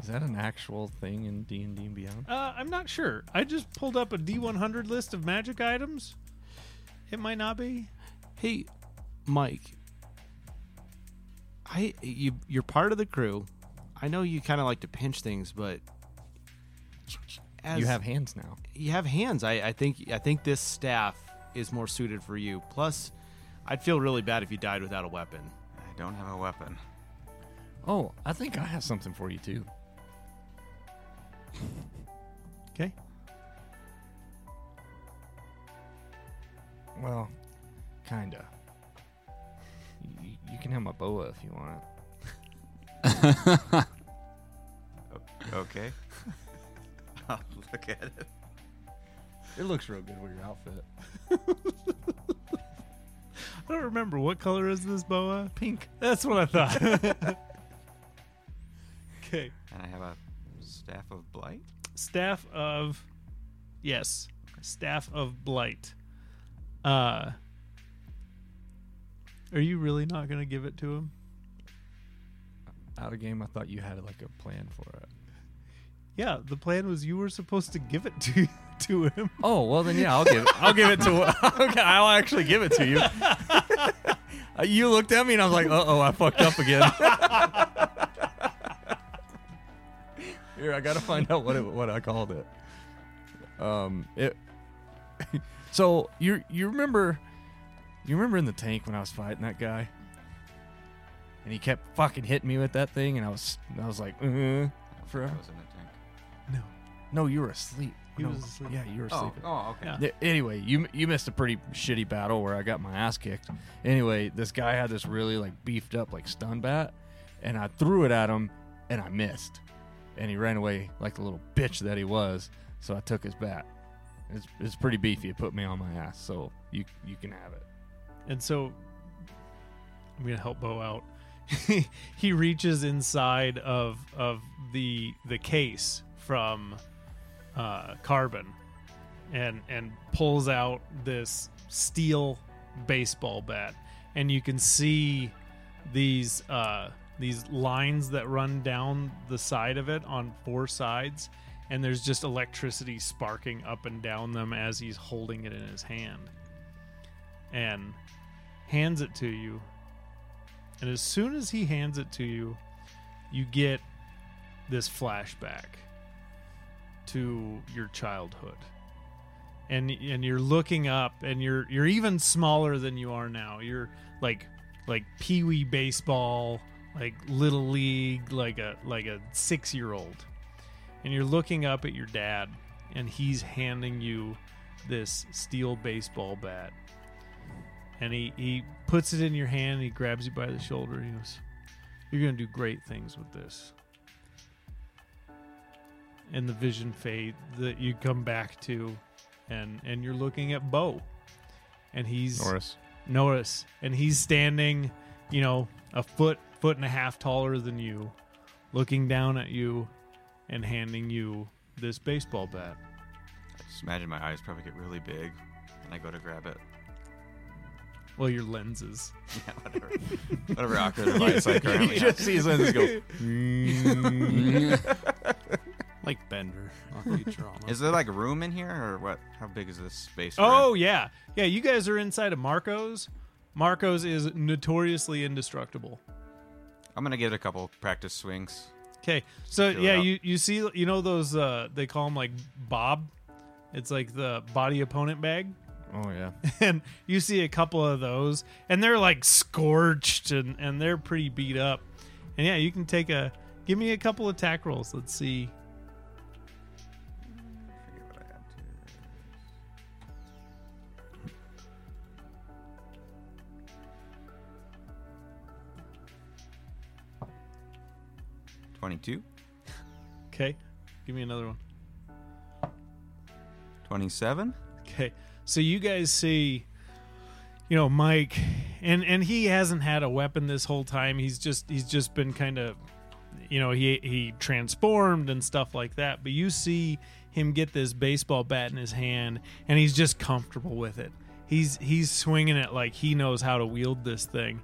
D: Is that an actual thing in D and D and Beyond?
B: Uh, I'm not sure. I just pulled up a D100 list of magic items. It might not be.
A: Hey, Mike. I you you're part of the crew. I know you kind of like to pinch things, but as
D: you have hands now.
A: you have hands. I, I think I think this staff is more suited for you. Plus, I'd feel really bad if you died without a weapon.
G: I don't have a weapon.
D: Oh, I think I have something for you too.
B: Okay.
D: Well, kinda. You, you can have my boa if you want it.
H: Okay. I'll look at it.
D: It looks real good with your outfit.
B: I don't remember what color is this boa.
D: Pink.
B: That's what I thought. okay.
H: And I have a staff of blight.
B: Staff of Yes. Staff of Blight. Uh Are you really not going to give it to him?
D: Out of game, I thought you had like a plan for it.
B: Yeah, the plan was you were supposed to give it to *laughs* to him.
D: Oh well, then yeah, I'll give I'll give it to *laughs* okay, I'll actually give it to
B: *laughs*
D: you. Uh, you looked at me and I was like, uh oh, I fucked up again. *laughs* Here, I gotta find out what it, what I called it. Um, it. *laughs* so you you remember, you remember in the tank when I was fighting that guy, and he kept fucking hitting me with that thing, and I was I was like, uh,
H: I
D: for
H: was in the tank.
D: no, you were asleep.
B: He
D: No,
B: was asleep.
D: Yeah, you were
H: Oh,
D: asleep.
H: oh, okay.
B: Yeah.
D: Yeah, Anyway, you you missed a pretty shitty battle where I got my ass kicked. Anyway, this guy had this really like beefed up like stun bat, and I threw it at him, and I missed, and he ran away like the little bitch that he was. So I took his bat. It's, it's pretty beefy. It put me on my ass. So you you can have it.
B: And so I'm gonna help Bo out. *laughs* he reaches inside of of the the case from uh, Carbon and and pulls out this steel baseball bat, and you can see these uh, these lines that run down the side of it on four sides, and there's just electricity sparking up and down them as he's holding it in his hand. And hands it to you. And as soon as he hands it to you, you get this flashback to your childhood. And and you're looking up and you're you're even smaller than you are now. You're like like pee-wee baseball, like little league, like a like a 6-year-old. And you're looking up at your dad and he's handing you this steel baseball bat and he, he puts it in your hand and he grabs you by the shoulder and he goes you're going to do great things with this and the vision fade that you come back to and and you're looking at bo and he's
D: Norris.
B: Norris, and he's standing, you know, a foot, foot and a half taller than you, looking down at you and handing you this baseball bat.
H: Just imagine my eyes probably get really big, and I go to grab it. *laughs*
B: Well, your lenses.
H: Yeah, whatever. whatever awkward device I currently have.
D: see his lenses go.
A: Like Bender on Futurama.
H: Is there like room in here, or what? How big is this space? we're in?
B: Oh yeah, yeah. You guys are inside of Marco's. Marco's is notoriously indestructible.
H: I'm gonna give it a couple practice swings.
B: Okay, so
H: Fill it
B: yeah,
H: up.
B: you you see, you know those uh they call them like Bob. It's like the body opponent bag.
D: Oh yeah.
B: and you see a couple of those and they're like scorched and and they're pretty beat up and yeah you can take a give me a couple attack rolls let's see
H: Figure what I have to- Twenty-two,
B: okay give me another one
H: twenty-seven.
B: Okay. So you guys see, you know, Mike, and and he hasn't had a weapon this whole time. He's just he's just been kind of you know he he transformed and stuff like that but you see him get this baseball bat in his hand and he's just comfortable with it he's he's swinging it like he knows how to wield this thing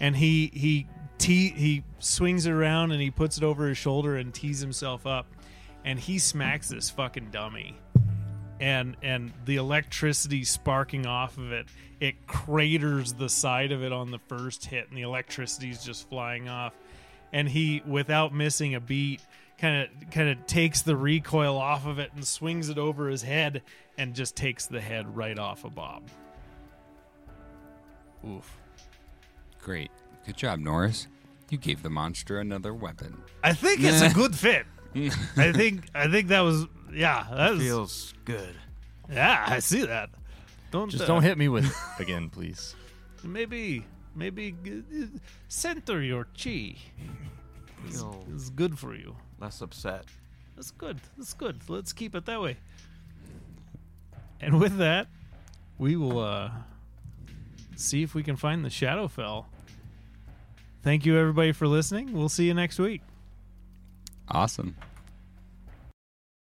B: and he he te- he swings it around and he puts it over his shoulder and tees himself up and he smacks this fucking dummy and and the electricity sparking off of it it craters the side of it on the first hit and the electricity's just flying off and he without missing a beat kind of kind of takes the recoil off of it and swings it over his head and just takes the head right off of bob oof
C: *laughs* Great. Good job, Norris. You gave the monster another weapon.
B: i think it's a good fit i think i think that was yeah that was,
G: Feels good.
B: yeah i see that don't
D: Just
B: uh,
D: don't hit me with it *laughs* again, please.
B: Maybe, maybe g- uh, center your chi. It's, it's good for you.
G: Less upset.
B: That's good. That's good. Let's keep it that way. And with that, we will uh, see if we can find the Shadowfell. Thank you, everybody, for listening. We'll see you next week.
C: Awesome.